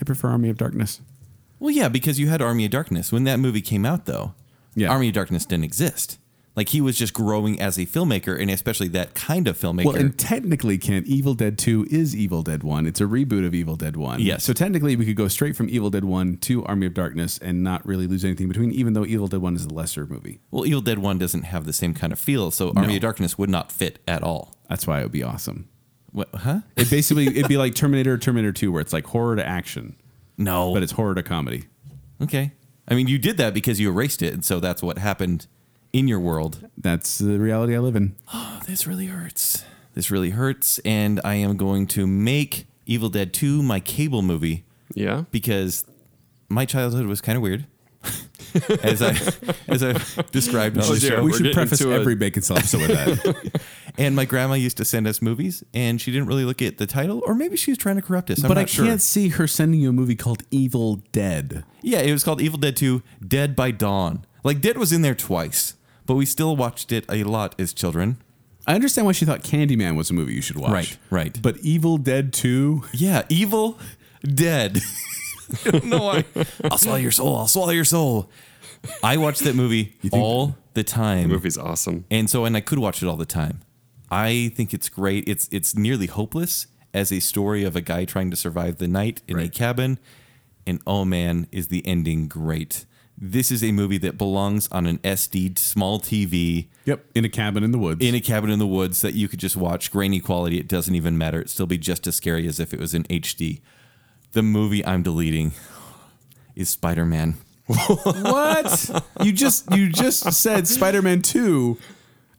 S2: I prefer Army of Darkness.
S3: Well, yeah, because you had Army of Darkness. When that movie came out, though,
S2: Yeah.
S3: Army of Darkness didn't exist. Like he was just growing as a filmmaker, and especially that kind of filmmaker.
S2: Well, and technically, Kent, Evil Dead 2 is Evil Dead 1. It's a reboot of Evil Dead 1.
S3: Yes.
S2: So technically, we could go straight from Evil Dead 1 to Army of Darkness and not really lose anything between, even though Evil Dead 1 is the lesser movie.
S3: well, Evil Dead One doesn't have the same kind of feel, so Army of Darkness would not fit at all.
S2: That's why it would be awesome.
S3: What, huh?
S2: It basically it'd be like Terminator, or Terminator Two, where it's like horror to action,
S3: No,
S2: but it's horror to comedy.
S3: okay. I mean, you did that because you erased it, and so that's what happened in your world.
S2: That's the reality I live in.
S3: Oh, this really hurts. This really hurts, and I am going to make Evil Dead Two my cable movie
S4: yeah.
S3: because my childhood was kind of weird. as I as I described on
S4: Oh,
S3: the
S4: dear.
S3: show.
S2: we
S4: we're
S2: should
S4: getting
S2: preface
S4: to a-
S2: every bacon cell episode with that.
S3: And my grandma used to send us movies, and she didn't really look at the title, or maybe she was trying to corrupt us. I'm
S2: but I
S3: not sure.
S2: can't see her sending you a movie called Evil Dead.
S3: Yeah, it was called Evil Dead 2 Dead by Dawn. Like, Dead was in there twice, but we still watched it a lot as children.
S2: I understand why she thought Candyman was a movie you should watch.
S3: Right, right.
S2: But Evil Dead Two.
S3: Yeah, Evil Dead. I don't know why. I'll swallow your soul. I'll swallow your soul. I watched that movie all the time.
S4: The movie's awesome.
S3: and so and I could watch it all the time. I think it's great. It's it's nearly hopeless, as a story of a guy trying to survive the night in a
S2: Right.
S3: cabin. And oh man, is the ending great. This is a movie that belongs on an SD small TV
S2: Yep. In a cabin in the woods.
S3: in a cabin in the woods that you could just watch grainy quality. It doesn't even matter. It'd still be just as scary as if it was in HD. The movie I'm deleting is Spider Man.
S2: what? you just you just said Spider Man Two.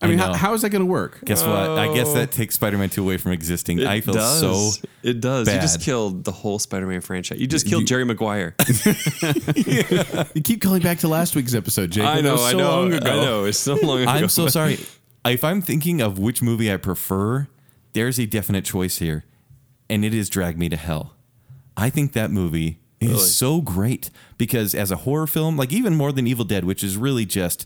S2: I mean, how,
S3: know.
S2: how is that going to work?
S3: Guess what? I guess that takes Spider Man 2 away from existing.
S4: Oh. It
S3: I feel
S4: does.
S3: so.
S4: It does. You just
S3: bad.
S4: killed the whole Spider-Man franchise. You just killed Jerry Maguire.
S2: You keep calling back to last week's episode, Jake.
S4: I
S2: It
S4: know.
S2: was
S4: I
S2: so
S4: know.
S2: long ago.
S4: I know. It's so long ago.
S3: I'm so sorry. If I'm thinking of which movie I prefer, there's a definite choice here, and it is Drag Me to Hell. I think that movie is
S4: Really?
S3: so great because as a horror film, like even more than Evil Dead, which is really just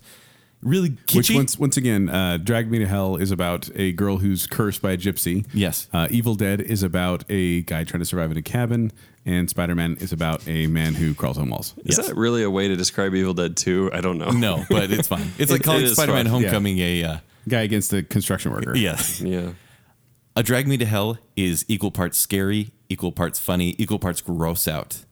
S3: really kitschy.
S2: Which once once again, uh, Drag Me to Hell is about a girl who's cursed by a gypsy.
S3: Yes.
S2: Uh, Evil Dead is about a guy trying to survive in a cabin, and Spider Man is about a man who crawls on walls.
S4: Is
S3: Yes.
S4: that really a way to describe Evil Dead 2? I don't know.
S3: No, but it's fine. It's like
S4: It-
S3: calling
S4: it is
S3: Spider-Man
S4: fine,
S2: yeah.
S3: Homecoming a uh,
S2: Guy against the construction worker.
S3: yeah.
S4: Yeah.
S3: A Drag Me to Hell is equal parts scary, equal parts funny, equal parts gross out.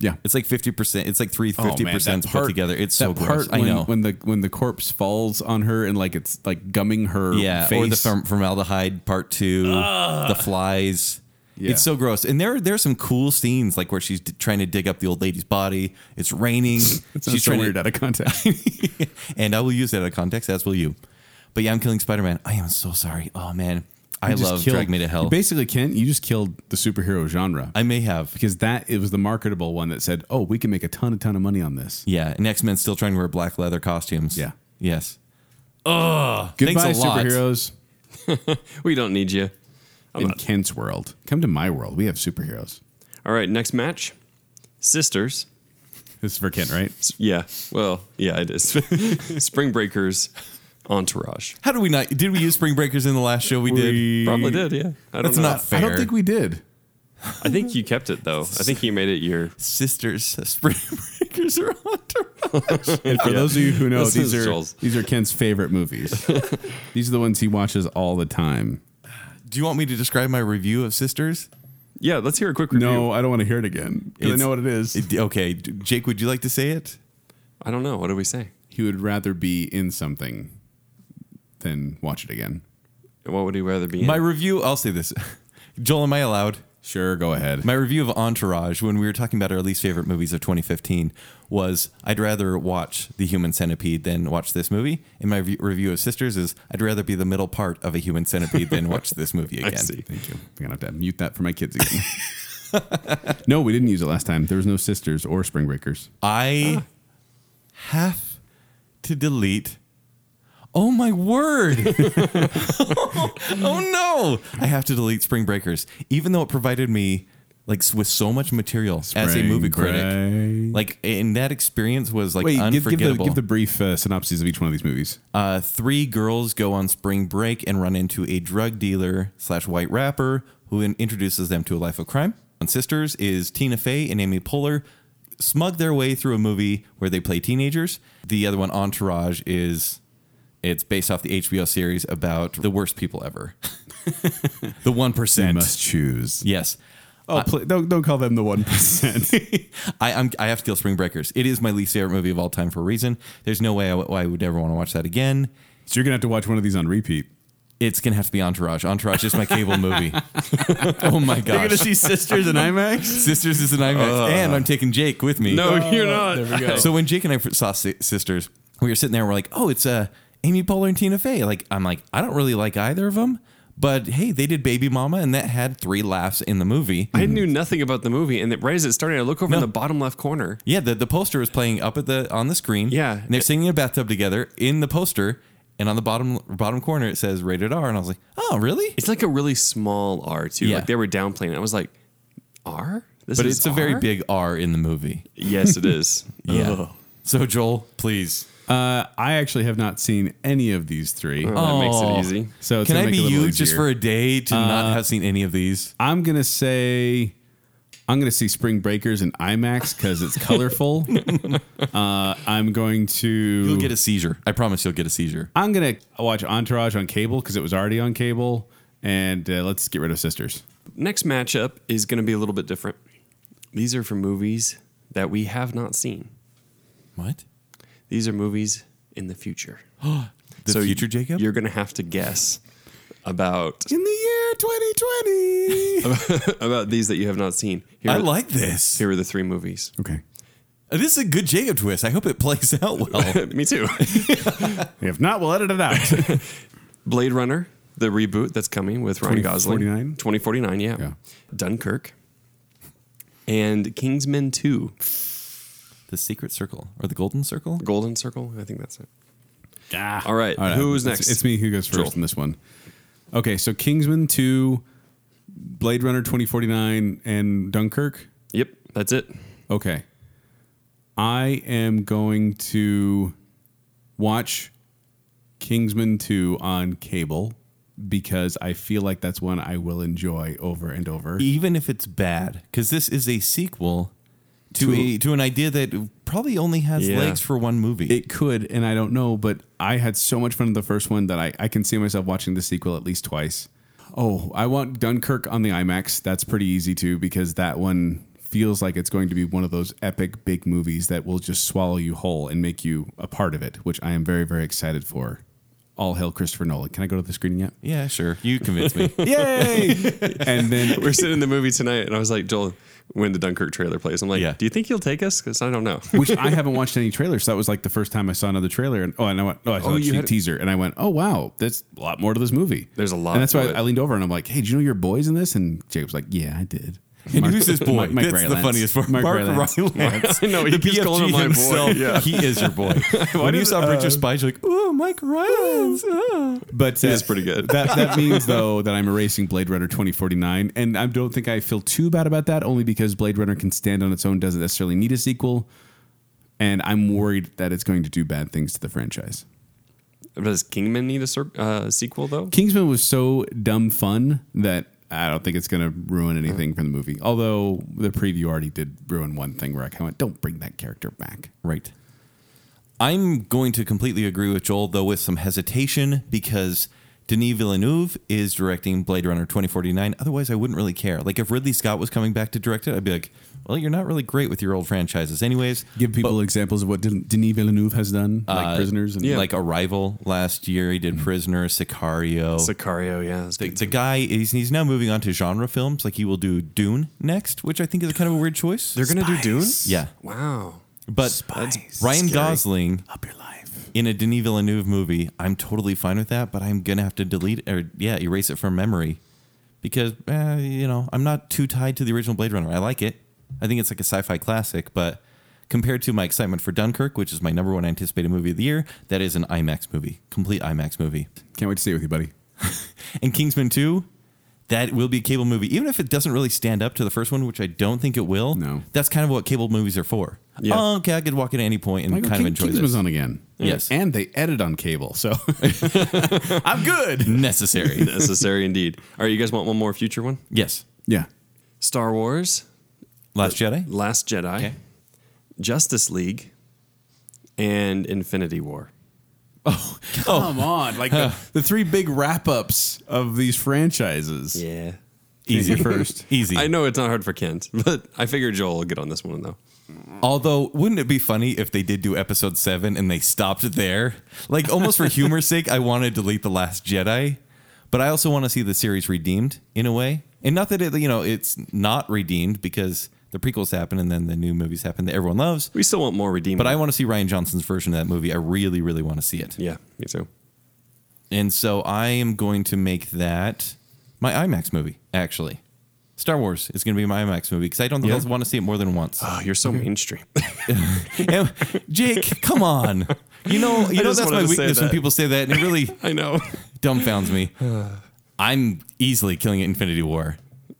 S2: Yeah.
S3: It's like 50%. It's like three
S2: Oh, man,
S3: 50 percent
S2: that
S3: put
S2: part-
S3: together. It's so
S2: that
S3: gross.
S2: part
S3: I
S2: when,
S3: know.
S2: when the when the corpse falls on her and like it's like gumming her
S3: yeah,
S2: face.
S3: or the form- formaldehyde part 2, the flies.
S2: Yeah.
S3: It's so gross. And there there's some cool scenes like where she's d- trying to dig up the old lady's body. It's raining.
S2: It sounds
S3: she's
S2: so
S3: trying
S2: weird
S3: to
S2: out of context.
S3: and I will use that out of context as will you. But yeah, I'm killing Spider-Man. I am so sorry. Oh man. I
S2: You just
S3: love
S2: killed-
S3: Drag Me to Hell.
S2: you Basically, Kent, you just killed the superhero genre
S3: I may have.
S2: because that it was the marketable one that said, "Oh, we can make a ton, a ton of money on this."
S3: Yeah, and X Men still trying to wear black leather costumes.
S2: Yeah.
S3: Yes. Thanks
S2: Goodbye,
S3: a lot.
S2: superheroes.
S4: We don't need you.
S2: in Kent's world, come to my world. We have superheroes.
S4: All right. Next match. Sisters.
S2: This is for Kent, right?
S4: Yeah. Well, yeah, it is. Spring Breakers Entourage.
S3: How do we not? Did we use Spring Breakers in the last show? We, did.
S4: Probably did, yeah. I don't
S3: That's
S4: know.
S3: not fair.
S2: I don't think we did.
S4: I think you kept it though. I think you made it your
S3: sisters. Spring Breakers are on.
S2: And for those of you who know,
S4: This
S2: these
S4: is
S2: are
S4: Joel's.
S2: these are Kent's favorite movies. these are the ones he watches all the time.
S3: Do you want me to describe my review of Sisters?
S4: Yeah, let's hear a quick review.
S2: No, I don't want to hear it again. 'cause I
S3: It's-
S2: know what it is.
S3: It- Okay, D- Jake, would you like to say it?
S4: I don't know. What do we say?
S2: he would rather be in something than watch it again.
S4: What would he rather be in?
S3: My review. I'll say this. Joel, am I allowed?
S2: Sure, go ahead.
S3: My review of Entourage, when we were talking about our least favorite movies of 2015, was I'd rather watch The Human Centipede than watch this movie. And my re- review of Sisters is I'd rather be the middle part of a human centipede than watch this movie again.
S4: see.
S2: Thank you. I'm gonna have to mute that for my kids again. no, we didn't use it last time. There was no sisters or spring breakers.
S3: I have to delete. Oh my word. oh no. I have to delete Spring Breakers, even though it provided me like with so much material as a
S2: Spring
S3: movie critic.
S2: break.
S3: Like, and that experience was like
S2: Wait, give, give the
S3: unforgettable.
S2: give the brief uh, synopses of each one of these movies.
S3: Uh, three girls go on spring break and run into a drug dealer slash white rapper who in- introduces them to a life of crime. On Sisters is Tina Fey and Amy Poehler smug their way through a movie where they play teenagers. The other one, Entourage, is it's based off the HBO series about the worst people ever, the one
S2: You
S3: percent.
S2: must choose.
S3: Yes.
S2: Oh, pl- don't don't call them the one percent.
S3: I, I'm, I have to kill Spring Breakers. It is my least favorite movie of all time for a reason. There's no way I, w- I would ever want to watch that again.
S2: so you're gonna have to watch one of these on repeat.
S3: It's gonna have to be Entourage. Entourage is my cable movie. oh my gosh,
S2: see sisters in IMAX.
S3: Sisters is an IMAX, and I'm taking Jake with me.
S4: no, you're not.
S3: So when Jake and I first saw Si- Sisters, we were sitting there. We're like, oh, it's uh, Amy Poehler and Tina Fey. Like, I'm like, I don't really like either of them, but hey, they did Baby Mama, and that had three laughs in the movie.
S4: I knew nothing about the movie, and that right as it started, I look over in
S3: No.
S4: the bottom left corner.
S3: Yeah, the, the poster was playing up at the on the screen.
S4: Yeah.
S3: and they're sitting in a bathtub together in the poster, and on the bottom bottom corner it says rated R, and I was like, oh, really?
S4: It's like a really small R too.
S3: Yeah.
S4: Like they were downplaying. it. I was like, R? This
S3: But
S4: is
S3: it's a very
S4: R?
S3: big R in the movie.
S4: Yes, it is.
S3: Yeah.
S4: Ugh.
S3: So Joel, please.
S2: Uh, I actually have not seen any of these three.
S4: That makes
S3: Oh.
S4: it easy.
S2: So it's
S3: Can
S2: gonna
S3: I
S2: make
S3: be
S2: it a little
S3: you just
S2: easier. Uh,
S3: for a day to not have seen any of these?
S2: I'm gonna say I'm gonna see Spring Breakers in IMAX because it's colorful. uh, I'm going
S3: You'll
S2: to
S3: get a seizure. I promise you'll get a seizure.
S2: I'm gonna watch Entourage on cable because it was already on cable, and uh, let's get rid of Sisters.
S4: Next matchup is going to be a little bit different. These are from movies that we have not seen.
S3: What?
S4: These are movies in the future.
S3: The
S4: you-
S3: future, Jacob?
S4: You're going to have to guess about
S3: in the year 2020.
S4: about these that you have not seen. Here
S3: I
S4: are-
S3: like this.
S4: Here are the three movies.
S2: Okay.
S3: This is a good Jacob twist. I hope it plays out well.
S4: Me too.
S2: If not, we'll edit it out.
S4: Blade Runner, the reboot that's coming with Ryan Gosling.
S2: 2049?
S4: 2049, yeah.
S2: Yeah.
S4: Dunkirk. And Kingsman 2,
S3: the Secret Circle or the Golden Circle?
S4: Golden Circle. I think that's it.
S2: Ah.
S4: All right, who's
S2: It's-
S4: next?
S2: It's me who goes first
S4: Joel.
S2: in this one. Okay, so Kingsman 2, Blade Runner 2049, and Dunkirk.
S4: Yep, that's it.
S2: Okay. I am going to watch Kingsman 2 on cable because I feel like that's one I will enjoy over and over.
S3: Even if it's bad, because this is a sequel to,
S2: To-
S3: a to an idea that probably only has
S4: Yeah.
S3: legs for one movie.
S2: It could, and I don't know, but I had so much fun in the first one that I, I can see myself watching the sequel at least twice. Oh, I want Dunkirk on the IMAX. That's pretty easy too, because that one feels like it's going to be one of those epic big movies that will just swallow you whole and make you a part of it, which I am very, very excited for. All hail Christopher Nolan. Can I go to the screening yet?
S3: yeah, sure. You convinced me.
S2: Yay! and then
S4: We're sitting in the movie tonight, and I was like, Joel, when the Dunkirk trailer plays, I'm like,
S3: Yeah.
S4: do you think he'll take us? Because I don't know.
S2: which I haven't watched any trailers. So that was like the first time I saw another trailer, and oh, and I went, oh, I saw
S4: Oh,
S2: a
S4: you
S2: cheap
S4: had-
S2: teaser, and I went, oh wow, that's a lot more to this movie.
S4: There's a lot
S2: and that's why
S4: to it.
S2: I, I leaned over and I'm like, hey, do you know your boys in this? And Jacob's like, yeah, I did.
S3: And who's this boy?
S2: Mike- Mike
S3: That's the
S2: Rylance.
S3: funniest part.
S2: Mark
S3: Mark
S2: Rylance.
S3: Rylance.
S4: I know, he
S3: the
S4: keeps calling him my boy. Yeah.
S3: He is your boy. when you saw Bridge of Spies, you're like, ooh, Mike Rylance. ah."
S2: But uh,
S4: is pretty good.
S2: That, that means though that I'm erasing Blade Runner 2049, and I don't think I feel too bad about that, only because Blade Runner can stand on its own, doesn't necessarily need a sequel, and I'm worried that it's going to do bad things to the franchise.
S4: Does Kingman need a cir- uh, sequel, though?
S2: Kingsman was so dumb fun that I don't think it's going to ruin anything from the movie. Although the preview already did ruin one thing where I kind of went, don't bring that character back.
S3: Right. I'm going to completely agree with Joel, though with some hesitation, because Denis Villeneuve is directing Blade Runner 2049. Otherwise, I wouldn't really care. Like, if Ridley Scott was coming back to direct it, I'd be like, well, you're not really great with your old franchises, anyways.
S2: Give people examples of what Den- Denis Villeneuve has done, like prisoners and
S3: Like Arrival last year, he did Prisoner, Mm-hmm. Sicario.
S4: Sicario, yeah. that's
S3: the,
S4: good.
S3: the guy he's, he's now moving on to genre films like he will do dune next which i think is kind of a weird choice
S4: They're going to do Dune?
S3: yeah
S4: Wow.
S3: but
S2: Spies.
S3: ryan
S4: Scary.
S3: gosling
S2: up your life.
S3: in a denis villeneuve movie i'm totally fine with that but i'm gonna have to delete or yeah erase it from memory because eh, you know i'm not too tied to the original blade runner i like it i think it's like a sci-fi classic but compared to my excitement for dunkirk which is my number one anticipated movie of the year that is an imax movie complete imax movie
S2: Can't wait to see it with you, buddy.
S3: and Kingsman 2, that will be a cable movie. Even if it doesn't really stand up to the first one, which I don't think it will,
S2: No.
S3: that's kind of what cable movies are for.
S4: Yeah.
S3: Oh, okay, I could walk in at any point and
S2: Michael
S3: kind
S2: King-
S3: of enjoy
S2: Kingsman's
S3: this.
S2: on again.
S3: Yes.
S2: And they edit on cable, so I'm good.
S3: Necessary.
S4: Necessary indeed. All right, you guys want one more future one?
S3: yes.
S2: Yeah.
S4: Star Wars,
S3: Last Jedi?
S4: Last Jedi,
S3: Okay.
S4: Justice League, and Infinity War.
S2: Come on. Like the, the three big wrap ups of these franchises.
S4: Yeah.
S3: Easy
S2: first.
S3: Easy.
S4: I know it's not hard for Kent, but I figure Joel will get on this one though.
S3: Although, wouldn't it be funny if they did do episode seven and they stopped there? Like, almost for humor's sake, I want to delete The Last Jedi, but I also want to see the series redeemed in a way. And not that it, you know, it's not redeemed because the prequels happen and then the new movies happen that everyone loves.
S4: We still want more redeeming.
S3: But I want to see Ryan Johnson's version of that movie. I really, really want to see it.
S4: Yeah, me too.
S3: And so I am going to make that my IMAX movie, actually. Star Wars is going to be my IMAX movie because I don't think
S4: Yeah.
S3: I'll want to see it more than once.
S4: Oh, you're so mainstream.
S3: And- Jake, come on. You know, you know
S4: just
S3: that's
S4: wanted
S3: my
S4: to say
S3: weakness when
S4: that.
S3: people say that, and it really
S4: I know.
S3: dumbfounds me. I'm easily killing it Infinity War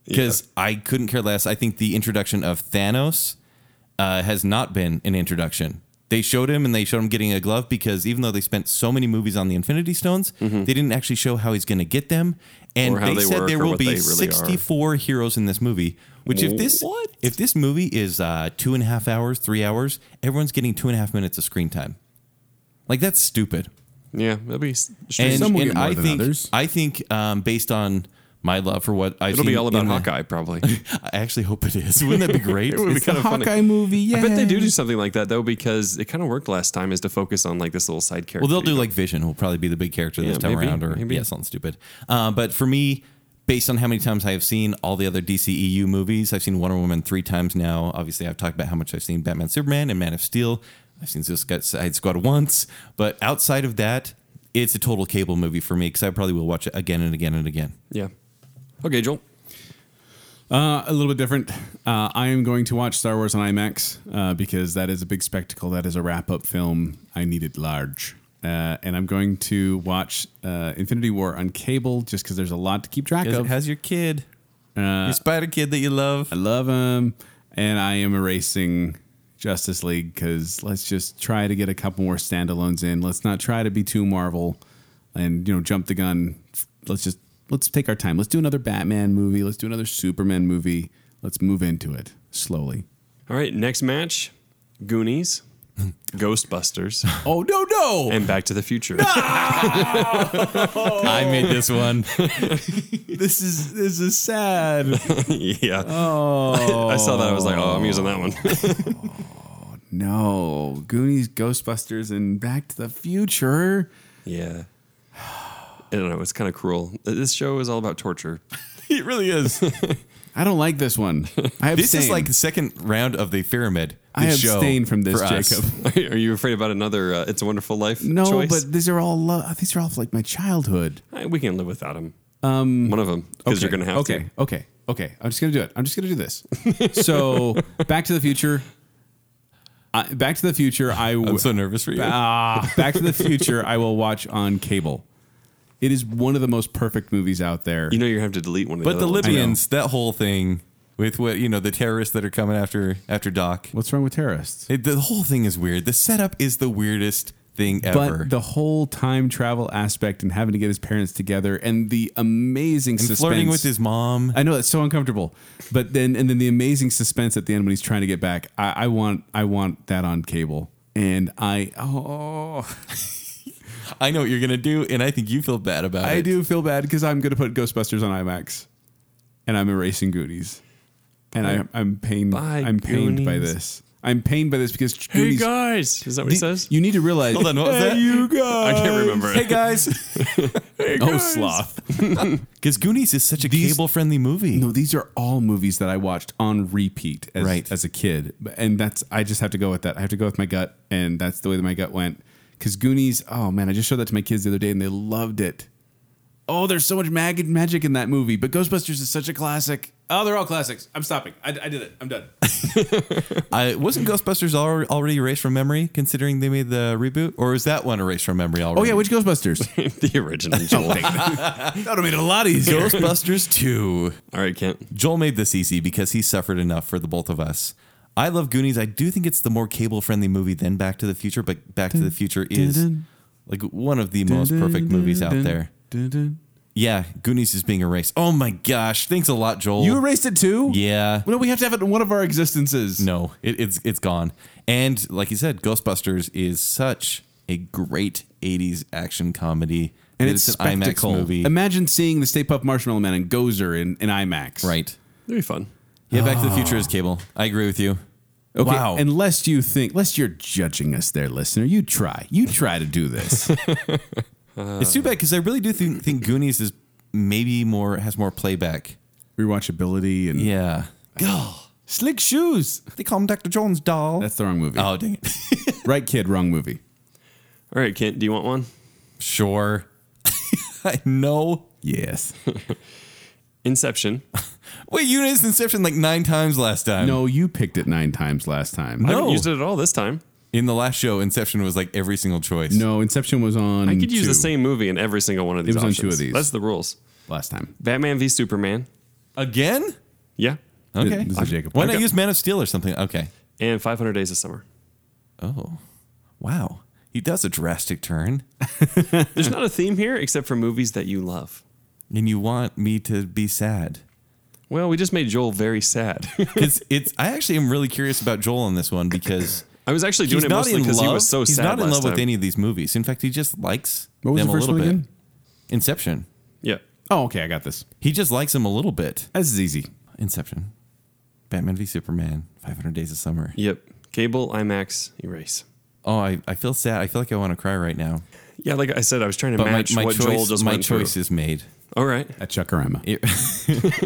S3: because I couldn't care less. I think the introduction of Thanos uh, has not been an introduction. They showed him and they showed him getting a glove because even though they spent so many movies on the Infinity Stones, they didn't actually show how he's going to get them. And
S4: Mm-hmm. Or how
S3: they,
S4: they
S3: said
S4: work
S3: there
S4: or
S3: will
S4: what they
S3: be
S4: really are.
S3: 64 heroes in this movie. Which if this
S4: What?
S3: if this movie is uh, two and a half hours, three hours, everyone's getting two and a half minutes of screen time. Like that's stupid
S4: Yeah, that'll be s-
S3: and,
S4: strange.
S2: Some will
S3: and
S2: get more
S3: I
S2: than
S3: think
S2: others.
S3: I think um, based on my love for what I've
S4: It'll be
S3: seen
S4: all about
S3: in the-
S4: Hawkeye, probably.
S3: I actually hope it is. Wouldn't that be great?
S4: It would be
S2: It's the
S4: kind of funny.
S2: Hawkeye movie. Yeah,
S4: I bet they do do something like that though, because it kind of worked last time, is to focus on like this little side character.
S3: Well, they'll do
S4: you know?
S3: like Vision. Will probably be the big character this
S4: Yeah,
S3: time
S4: maybe,
S3: around, or
S4: maybe.
S3: yeah, something stupid. Uh, but for me, based on how many times I have seen all the other DCEU movies, I've seen Wonder Woman three times now. Obviously, I've talked about how much I've seen Batman, Superman, and Man of Steel. I've seen Suicide Squad once, but outside of that, it's a total cable movie for me because I probably will watch it again and again and again.
S4: yeah. Okay, Joel.
S2: Uh, a little bit different. Uh, I am going to watch Star Wars on IMAX uh, because that is a big spectacle. That is a wrap up film. I need it large. Uh, and I'm going to watch uh, Infinity War on cable just because there's a lot to keep track
S3: Because
S2: of.
S3: it has your kid,
S2: uh,
S3: your spider kid that you love.
S2: I love him. And I am erasing Justice League because let's just try to get a couple more standalones in. Let's not try to be too Marvel and, you know, jump the gun. Let's just, let's take our time. Let's do another Batman movie. Let's do another Superman movie. Let's move into it slowly.
S4: All right, next match: Goonies, Ghostbusters,
S2: Oh, no, no.
S4: and Back to the Future.
S3: I made this one.
S2: this is, this is sad.
S4: yeah. Oh. I saw that. I was like, oh, I'm using that one.
S2: no. Goonies, Ghostbusters, and Back to the Future.
S4: yeah. I don't know. It's kind of cruel. Uh, This show is all about torture.
S3: it really is.
S2: I don't like this one. I
S3: This is
S2: abstain.
S3: like the second round of the pyramid.
S2: I
S3: this show
S2: abstain from this,
S3: for us.
S2: Jacob.
S4: Are you afraid about another uh, "It's a Wonderful Life"?
S2: No,
S4: choice?
S2: but these are all lo- these are all like my childhood.
S4: Uh, we can live without them. Um, one of them because you're gonna have
S2: okay,
S4: to.
S2: Okay, okay, I'm just gonna do it. I'm just gonna do this. so, Back to the Future. I, Back to the Future. I w-
S3: I'm so nervous for you.
S2: Ah, Back to the Future. I will watch on cable. It is one of the most perfect movies out there.
S4: You know you're gonna have to delete one of
S3: But
S4: the
S3: the
S4: other ones.
S3: Libyans, that whole thing with what you know, the terrorists that are coming after after Doc.
S2: What's wrong with terrorists?
S3: It, the whole thing is weird. The setup is the weirdest thing ever.
S2: But the whole time travel aspect and having to get his parents together and the amazing
S3: and
S2: suspense.
S3: flirting with his mom.
S2: I know it's so uncomfortable, but then and then the amazing suspense at the end when he's trying to get back. I, I want I want that on cable, and I oh
S3: I know what you're gonna do, and I think you feel bad about it.
S2: I do feel bad because I'm gonna put Ghostbusters on IMAX, and I'm erasing Goonies, and I, I'm pained.
S4: Bye,
S2: I'm pained by
S4: Goonies.
S2: this. I'm pained by this because
S4: Hey
S2: Goonies.
S4: guys, is that what he says?
S2: You need to realize.
S3: Hold on, what was
S2: Hey,
S3: that?
S2: You guys.
S4: I can't remember
S3: Hey
S4: it.
S3: guys,
S2: Oh, sloth.
S3: because Goonies is such a
S2: These-
S3: cable-friendly movie.
S2: No, these are all movies that I watched on repeat as,
S3: Right.
S2: as a kid. And that's, I just have to go with that. I have to go with my gut. And that's the way that my gut went. Because Goonies, oh man, I just showed that to my kids the other day and they loved it. Oh, there's so much mag- magic in that movie. But Ghostbusters is such a classic. Oh, they're all classics. I'm stopping. I, I did it. I'm done.
S3: I, wasn't Ghostbusters al- already erased from memory, considering they made the reboot, or is that one erased from memory already?
S2: oh, yeah, which Ghostbusters?
S4: the original Joel.
S2: that would have made it a lot easier.
S3: Ghostbusters two.
S4: All right, Kent.
S3: Joel made this easy because he suffered enough for the both of us. I love Goonies. I do think it's the more cable friendly movie than Back to the Future, but Back to the Future is
S2: dun.
S3: like one of the most perfect movies out there. Yeah, Goonies is being erased. Oh my gosh. Thanks a lot, Joel.
S2: You erased it too?
S3: Yeah.
S2: No, we have to have it in one of our existences.
S3: No, it, it's it's gone. And like you said, Ghostbusters is such a great 80s action comedy.
S2: And
S3: that
S2: it's,
S3: an
S2: spectacle.
S3: IMAX movie.
S2: Imagine seeing the Stay Puft Marshmallow Man and Gozer in, in IMAX.
S3: right.
S4: It'll be fun.
S3: Yeah, Back to the Future is
S2: Ah.
S3: cable. I agree with you.
S2: Okay.
S3: Wow.
S2: Unless you think, unless you're judging us there, listener, you try. You try to do this.
S3: It's
S2: Uh.
S3: too bad because I really do think, think Goonies is maybe more has more playback.
S2: Rewatchability and
S3: Yeah.
S2: slick shoes.
S3: They call him Dr. Jones doll.
S2: That's the wrong movie.
S3: oh dang it.
S2: Right kid, wrong movie.
S4: All right, Kent. Do you want one?
S3: sure. I know.
S2: Yes.
S4: Inception.
S3: Wait, you used Inception like nine times last time.
S2: no, you picked it nine times last time.
S4: I
S3: No.
S4: haven't used it at all this time.
S3: In the last show, Inception was like every single choice.
S2: No, Inception was on.
S4: I could use
S2: two
S4: the same movie in every single one of these.
S2: was on two
S4: options.
S2: of these.
S4: That's the rules.
S2: last time.
S4: Batman v Superman.
S3: Again?
S4: Yeah.
S3: Okay.
S2: This is Jacob.
S3: Why not use Man of Steel or something? Okay.
S4: And 500 Days of Summer.
S3: Oh. Wow. He does a drastic turn.
S4: There's not a theme here except for movies that you love.
S3: And you want me to be sad.
S4: Well, we just made Joel very sad.
S3: Because it's I actually am really curious about Joel on this one because
S4: I was actually doing it mostly because he was so
S3: he's
S4: sad.
S3: not in
S4: last
S3: love with
S4: time.
S3: any of these movies. In fact, he just likes
S2: What was
S3: them
S2: the first
S3: a
S2: one
S3: little
S2: again?
S3: bit. Inception.
S4: Yeah.
S2: Oh, okay, I got this.
S3: He just likes him a little bit.
S2: This is easy.
S3: Inception, Batman v Superman, 500 Days of Summer.
S4: Yep. Cable, IMAX, erase.
S3: Oh, I, I feel sad. I feel like I want to cry right now.
S4: Yeah, like I said, I was trying to
S3: But my,
S4: match
S3: my
S4: what Joel
S3: choice,
S4: just
S3: my
S4: went through.
S3: choice is made.
S4: All right.
S2: At Chuckarama.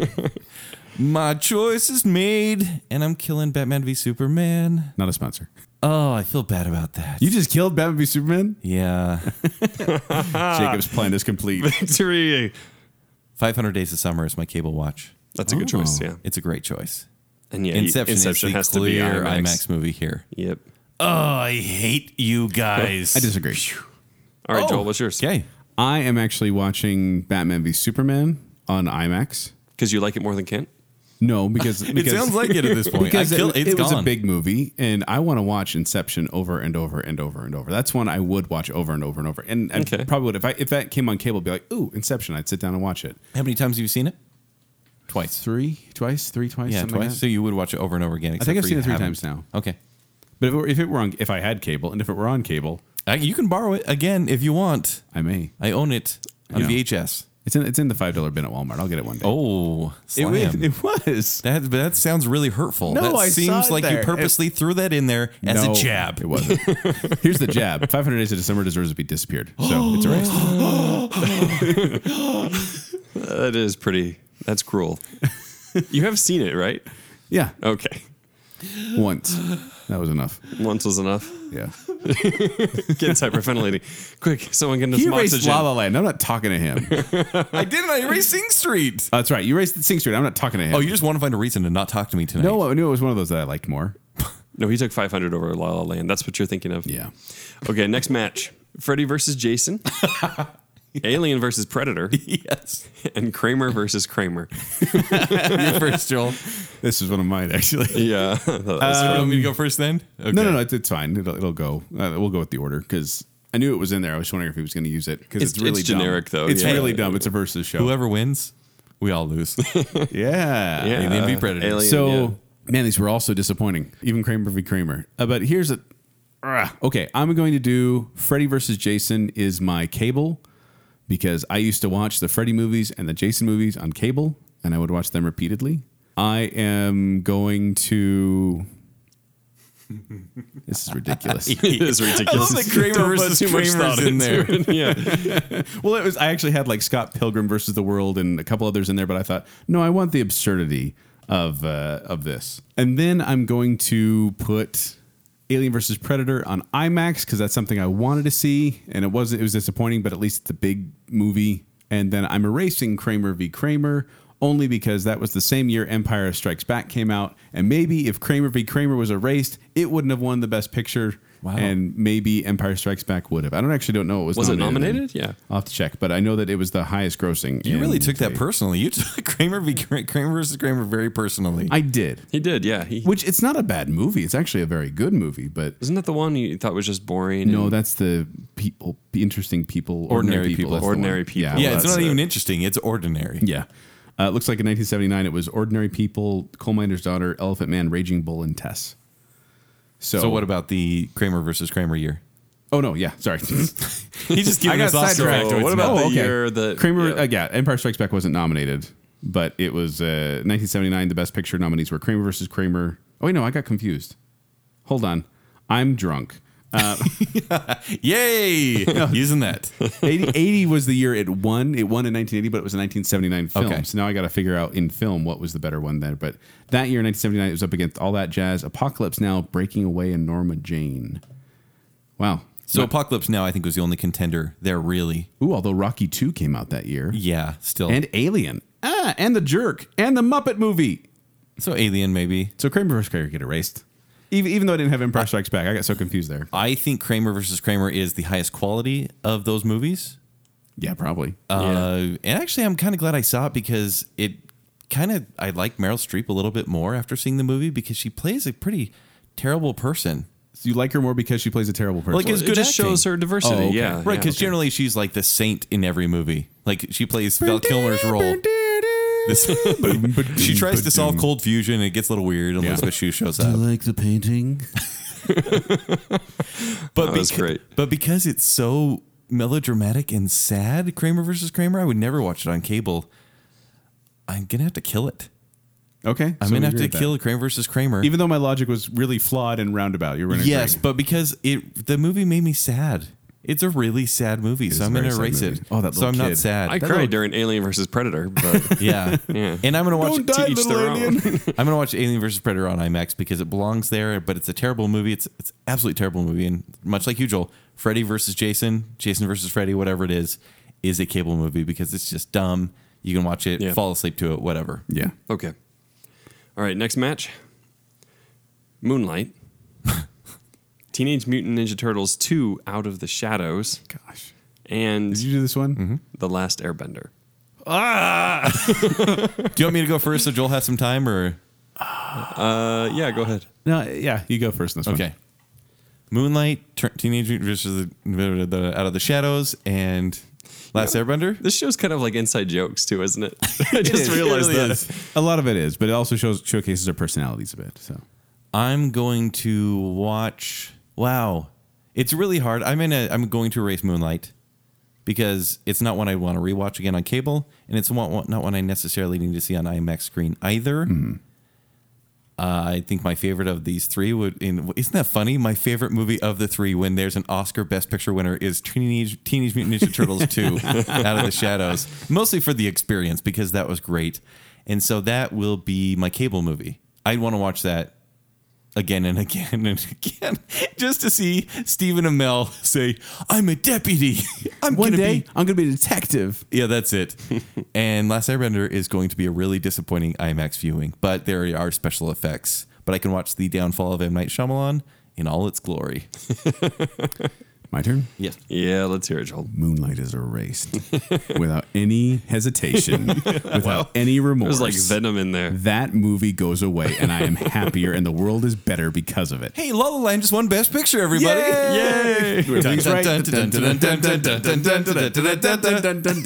S3: My choice is made, and I'm killing Batman v Superman.
S2: Not a sponsor.
S3: Oh, I feel bad about that.
S2: You just killed Batman v Superman?
S3: yeah.
S2: Jacob's plan is complete.
S4: Victory.
S3: 500 Days of Summer is my cable watch.
S4: That's a good choice. Yeah.
S3: It's a great choice.
S4: And yeah,
S3: Inception,
S4: Inception
S3: is the
S4: has to be
S3: clear
S4: IMAX.
S3: IMAX movie here.
S4: Yep.
S3: Oh, I hate you guys.
S2: I disagree.
S4: All right,
S3: Oh,
S4: Joel, what's yours?
S3: Okay.
S2: I am actually watching Batman v Superman on IMAX.
S4: Because you like it more than Kent?
S2: No, because, because
S3: it sounds like it at this point.
S2: because
S3: I kill-
S2: it,
S3: it's
S2: it was a
S3: gone.
S2: big movie, and I want to watch Inception over and over and over and over. That's one I would watch over and over and over. And I
S4: Okay.
S2: probably would if I if that came on cable, I'd be like, "Ooh, Inception!" I'd sit down and watch it
S3: How many times have you seen it? Twice.
S2: three, twice, three, twice,
S3: Yeah,
S2: something
S3: twice.
S2: like that.
S3: so you would watch it over and over again. except
S2: think I've
S3: for
S2: seen
S3: you
S2: it three
S3: haven't.
S2: times now.
S3: Okay.
S2: But if it, were, if it were on, if I had cable, and if it were on cable,
S3: I, you can borrow it again if you want.
S2: I may.
S3: I own it on
S2: Yeah.
S3: VHS.
S2: It's in it's in the five dollar bin at Walmart. I'll get it one day.
S3: Oh,
S2: it,
S3: slam.
S2: wa- it was.
S3: that, but that sounds really hurtful.
S2: No,
S3: that
S2: I saw
S3: seems
S2: it
S3: like
S2: there.
S3: you purposely threw that in there as
S2: No,
S3: a jab.
S2: It wasn't. Here's the jab. 500 Days of December deserves to be disappeared. So it's erased.
S4: That is pretty. That's cruel. you have seen it, right?
S2: Yeah.
S4: Okay.
S2: Once. That was enough.
S4: Once was enough.
S2: Yeah.
S4: Kent's hyperventilating. Quick, someone get us
S2: He
S4: some
S2: erased
S4: oxygen.
S2: La La Land. I'm not talking to him. Uh,
S3: I didn't. I erased Sing Street.
S2: that's right. You erased Sing Street. I'm not talking to him.
S3: Oh, you just want to find a reason to not talk to me tonight.
S2: no, uh, I knew it was one of those that I liked more.
S4: No, he took 500 over La La Land. That's what you're thinking of.
S2: Yeah.
S4: Okay, next match Freddy versus Jason, Alien versus Predator,
S3: Yes.
S4: and Kramer versus Kramer.
S3: You're first, Joel.
S2: Um, This is one of mine, actually.
S4: Yeah. I thought that was
S3: You
S4: funny.
S3: want me to go first then? Okay.
S2: No, no, no. It's, it's fine. It'll, it'll go. Uh, we'll go with the order because I knew it was in there. I was wondering if he was going to use it because it's,
S4: It's-
S2: really
S4: it's
S2: dumb.
S4: generic, though.
S2: It's
S4: Yeah.
S2: really dumb. It's a versus show.
S3: Whoever wins, we all lose.
S2: Yeah.
S4: Yeah.
S3: Alien v. Predator.
S4: Alien,
S2: So
S4: yeah.
S2: man, these were all so disappointing. Even Kramer v. Kramer. Uh, but here's a Ugh. okay. I'm going to do Freddy versus Jason is my cable because I used to watch the Freddy movies and the Jason movies on cable, and I would watch them repeatedly. I am going to. This is ridiculous.
S4: it is ridiculous.
S3: that Kramer versus Kramer's in there.
S4: yeah.
S2: well, it was. I actually had like Scott Pilgrim versus the World and a couple others in there, but I thought, no, I want the absurdity of uh, of this. And then I'm going to put Alien versus Predator on IMAX because that's something I wanted to see, and it was it was disappointing, but at least it's a big movie. And then I'm erasing Kramer v. Kramer. Only because that was the same year Empire Strikes Back came out, and maybe if Kramer v. Kramer was erased, it wouldn't have won the Best Picture,
S3: Wow.
S2: and maybe Empire Strikes Back would have. I don't actually don't know what was
S4: Was it nominated? Yeah.
S2: I'll have to check, but I know that it was the highest grossing.
S3: You
S2: in
S3: really took that
S2: the-
S3: personally. You took Kramer v. Kra- Kramer versus Kramer very personally.
S2: I did.
S4: He did. Yeah. He,
S2: Which it's not a bad movie. It's actually a very good movie, but
S4: isn't that the one you thought was just boring?
S2: no,
S4: and-
S2: that's the people, interesting people,
S3: Ordinary people.
S2: that's the
S4: Ordinary
S2: one.
S4: people.
S2: Yeah. uh,
S3: yeah, it's
S4: that's
S3: not
S4: it.
S3: even interesting. It's ordinary.
S2: yeah. Uh, it looks like in 1979, it was Ordinary People, Coal Miner's Daughter, Elephant Man, Raging Bull, and Tess. So,
S3: So what about the Kramer versus Kramer year?
S2: Oh no, yeah, sorry.
S3: He's just giving us Oscar
S4: sidetracked.
S3: factoids
S4: What
S3: now.
S4: about
S2: oh,
S4: the
S2: okay.
S4: year that-
S2: Kramer?
S4: yeah.
S2: Yeah. Uh, yeah, Empire Strikes Back wasn't nominated, but it was uh, 1979. The Best Picture nominees were Kramer versus Kramer. Oh wait, no, I got confused. Hold on, I'm drunk.
S3: Yay! Using that.
S2: 80, 80 was the year it won. It won in 1980, but it was a 1979 film.
S3: Okay.
S2: So now I got to figure out in film what was the better one there. But that year, 1979, it was up against all that jazz, Apocalypse Now, Breaking Away, and Norma Jane. Wow.
S3: So Apocalypse Now, I think, was the only contender there, really.
S2: Ooh, although Rocky 2 came out that year,
S3: Yeah, still.
S2: and Alien, ah, and The Jerk, and the Muppet Movie.
S3: so Alien, maybe.
S2: So Kramer versus Kramer get erased. Even, even though I didn't have Empire Strikes Back, I got so confused there.
S3: I think Kramer versus Kramer is the highest quality of those movies.
S2: Yeah, probably.
S3: Uh, and actually, I'm kind of glad I saw it because it kind of I like Meryl Streep a little bit more after seeing the movie because she plays a pretty terrible person.
S2: So you like her more because she plays a terrible person.
S3: Like, it's
S4: it
S3: good
S4: just
S3: acting.
S4: shows her diversity.
S2: Oh, okay.
S4: Yeah.
S3: Right,
S4: yeah,
S3: because
S4: okay.
S3: generally she's like the saint in every movie. Like she plays Val Kilmer's role. This- she tries to solve cold fusion and it gets a little weird and
S2: Yeah.
S3: Elizabeth Shue shows up.
S2: like the painting?
S3: But
S4: That was
S3: beca-
S2: Oh,
S4: great.
S3: But because it's so melodramatic and sad Kramer versus Kramer. I would never watch it on cable. I'm gonna have to kill it.
S2: Okay, so
S3: I'm
S2: we
S3: gonna have
S2: agree
S3: to
S2: with that.
S3: kill Kramer versus Kramer.
S2: Even though my logic was really flawed and roundabout, you were gonna
S3: yes,
S2: agree.
S3: but because it the movie made me sad. It's a really sad movie,
S2: is
S3: so
S2: a
S3: I'm gonna
S2: very sad
S3: erase
S2: movie.
S3: it.
S2: Oh, that
S3: so
S2: little
S3: I'm not
S2: kid.
S3: sad.
S4: I
S3: That
S4: cried
S3: little-
S4: during Alien versus Predator, but
S3: Yeah.
S4: Yeah.
S3: and I'm gonna watch.
S2: Don't
S3: it-
S2: die,
S4: to each
S2: little
S4: their
S2: alien.
S4: own.
S3: I'm gonna watch Alien versus Predator on IMAX because it belongs there. But it's a terrible movie. It's it's an absolutely terrible movie. And much like usual, Freddy versus Jason, Jason versus Freddy, whatever it is, is a cable movie because it's just dumb. You can watch it,
S4: Yeah.
S3: fall asleep to it, whatever.
S2: yeah,
S4: okay. All right, next match Moonlight. Teenage Mutant Ninja Turtles 2 Out of the Shadows.
S2: gosh,
S4: And
S2: did you do this one?
S3: Mm-hmm.
S4: The Last Airbender.
S3: Do you want me to go first so Joel has some time, or
S4: Uh, yeah, go ahead.
S2: No, yeah, you go first. In this
S3: okay? Moonlight, Tur- Teenage Mutant versus the, the- Out of the Shadows, and Last Airbender.
S4: This show's kind of like inside jokes too, isn't it? I
S3: It is.
S4: just
S3: It
S4: realized
S3: really
S4: that.
S3: is.
S2: one. A lot of it is, but it also shows showcases our personalities a bit. So
S3: I'm going to watch. Wow, it's really hard. I'm in a. I'm going to erase Moonlight because it's not one I want to rewatch again on cable, and it's one, not one I necessarily need to see on IMAX screen either. Uh, I think my favorite of these three would. In, isn't that funny? My favorite movie of the three, when there's an Oscar Best Picture winner, is Teenage Teenage Mutant Ninja Turtles Two: Out of the Shadows, mostly for the experience because that was great, and so that will be my cable movie. I'd want to watch that again and again and again just to see Stephen Amell say, "I'm a deputy. I'm
S2: one
S3: gonna
S2: day
S3: Be.
S2: I'm gonna be a detective.
S3: Yeah, that's it. and Last Airbender is going to be a really disappointing IMAX viewing, but there are special effects. But I can watch the downfall of M Night Shyamalan in all its glory.
S2: My turn.
S3: Yes.
S4: Yeah, let's hear it, Joel.
S2: Moonlight is erased without any hesitation, without any remorse.
S4: There's like venom in there.
S2: that movie goes away, and I am happier, and the world is better because of it.
S3: Hey, La La Land just won Best Picture, everybody!
S2: Yay! Everything's right.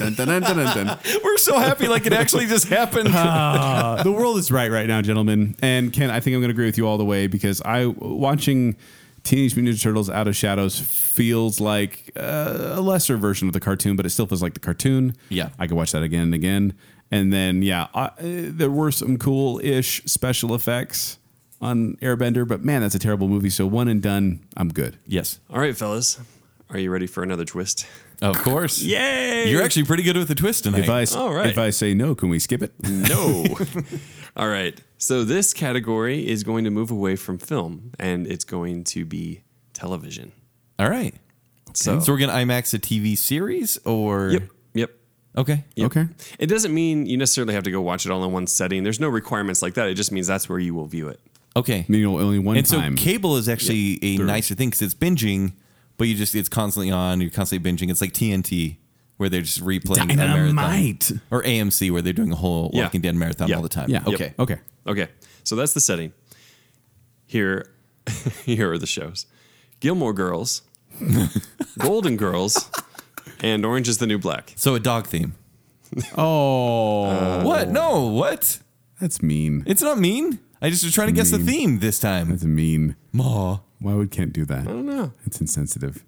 S3: We're so happy, like it actually just happened.
S2: Uh, the world is right right now, gentlemen. And Ken, I think I'm going to agree with you all the way because I watching Teenage Mutant Ninja Turtles Out of Shadows feels like uh, a lesser version of the cartoon, but it still feels like the cartoon.
S3: Yeah.
S2: I could watch that again and again. And then yeah, I, uh, there were some cool-ish special effects on Airbender, but man, that's a terrible movie. So one and done. I'm good.
S3: yes,
S4: All right, fellas. Are you ready for another twist?
S3: of course.
S4: Yay!
S3: You're actually pretty good with the twist tonight.
S2: If I
S4: All right.
S2: if I say no, can we skip it?
S4: No. All right. So this category is going to move away from film and it's going to be television.
S3: All right.
S4: So,
S3: So we're gonna IMAX a TV series or
S4: yep. Yep.
S3: okay.
S4: Yep.
S2: Okay.
S4: It doesn't mean you necessarily have to go watch it all in one setting. There's no requirements like that. It just means that's where you will view it.
S3: Okay.
S2: You know, only one
S3: And so
S2: time.
S3: cable is actually a nicer thing because it's binging, but you just it's constantly on. You're constantly binging. It's like TNT where they're just replaying a marathon
S2: Dynamite.
S3: or AMC where they're doing a whole
S4: Yeah.
S3: Walking Dead marathon
S4: Yeah.
S3: all the time.
S2: Yeah.
S3: Okay.
S4: Yep.
S2: Okay.
S4: Okay. So that's the setting. Here here are the shows. Gilmore Girls, Golden Girls, and Orange is the New Black.
S3: So a dog theme.
S2: Oh,
S4: Uh.
S3: What? No. What?
S2: that's mean.
S3: It's not mean. I just was trying to guess the theme this time.
S2: That's mean.
S3: Maw.
S2: Why would Kent do that? I don't know. It's insensitive.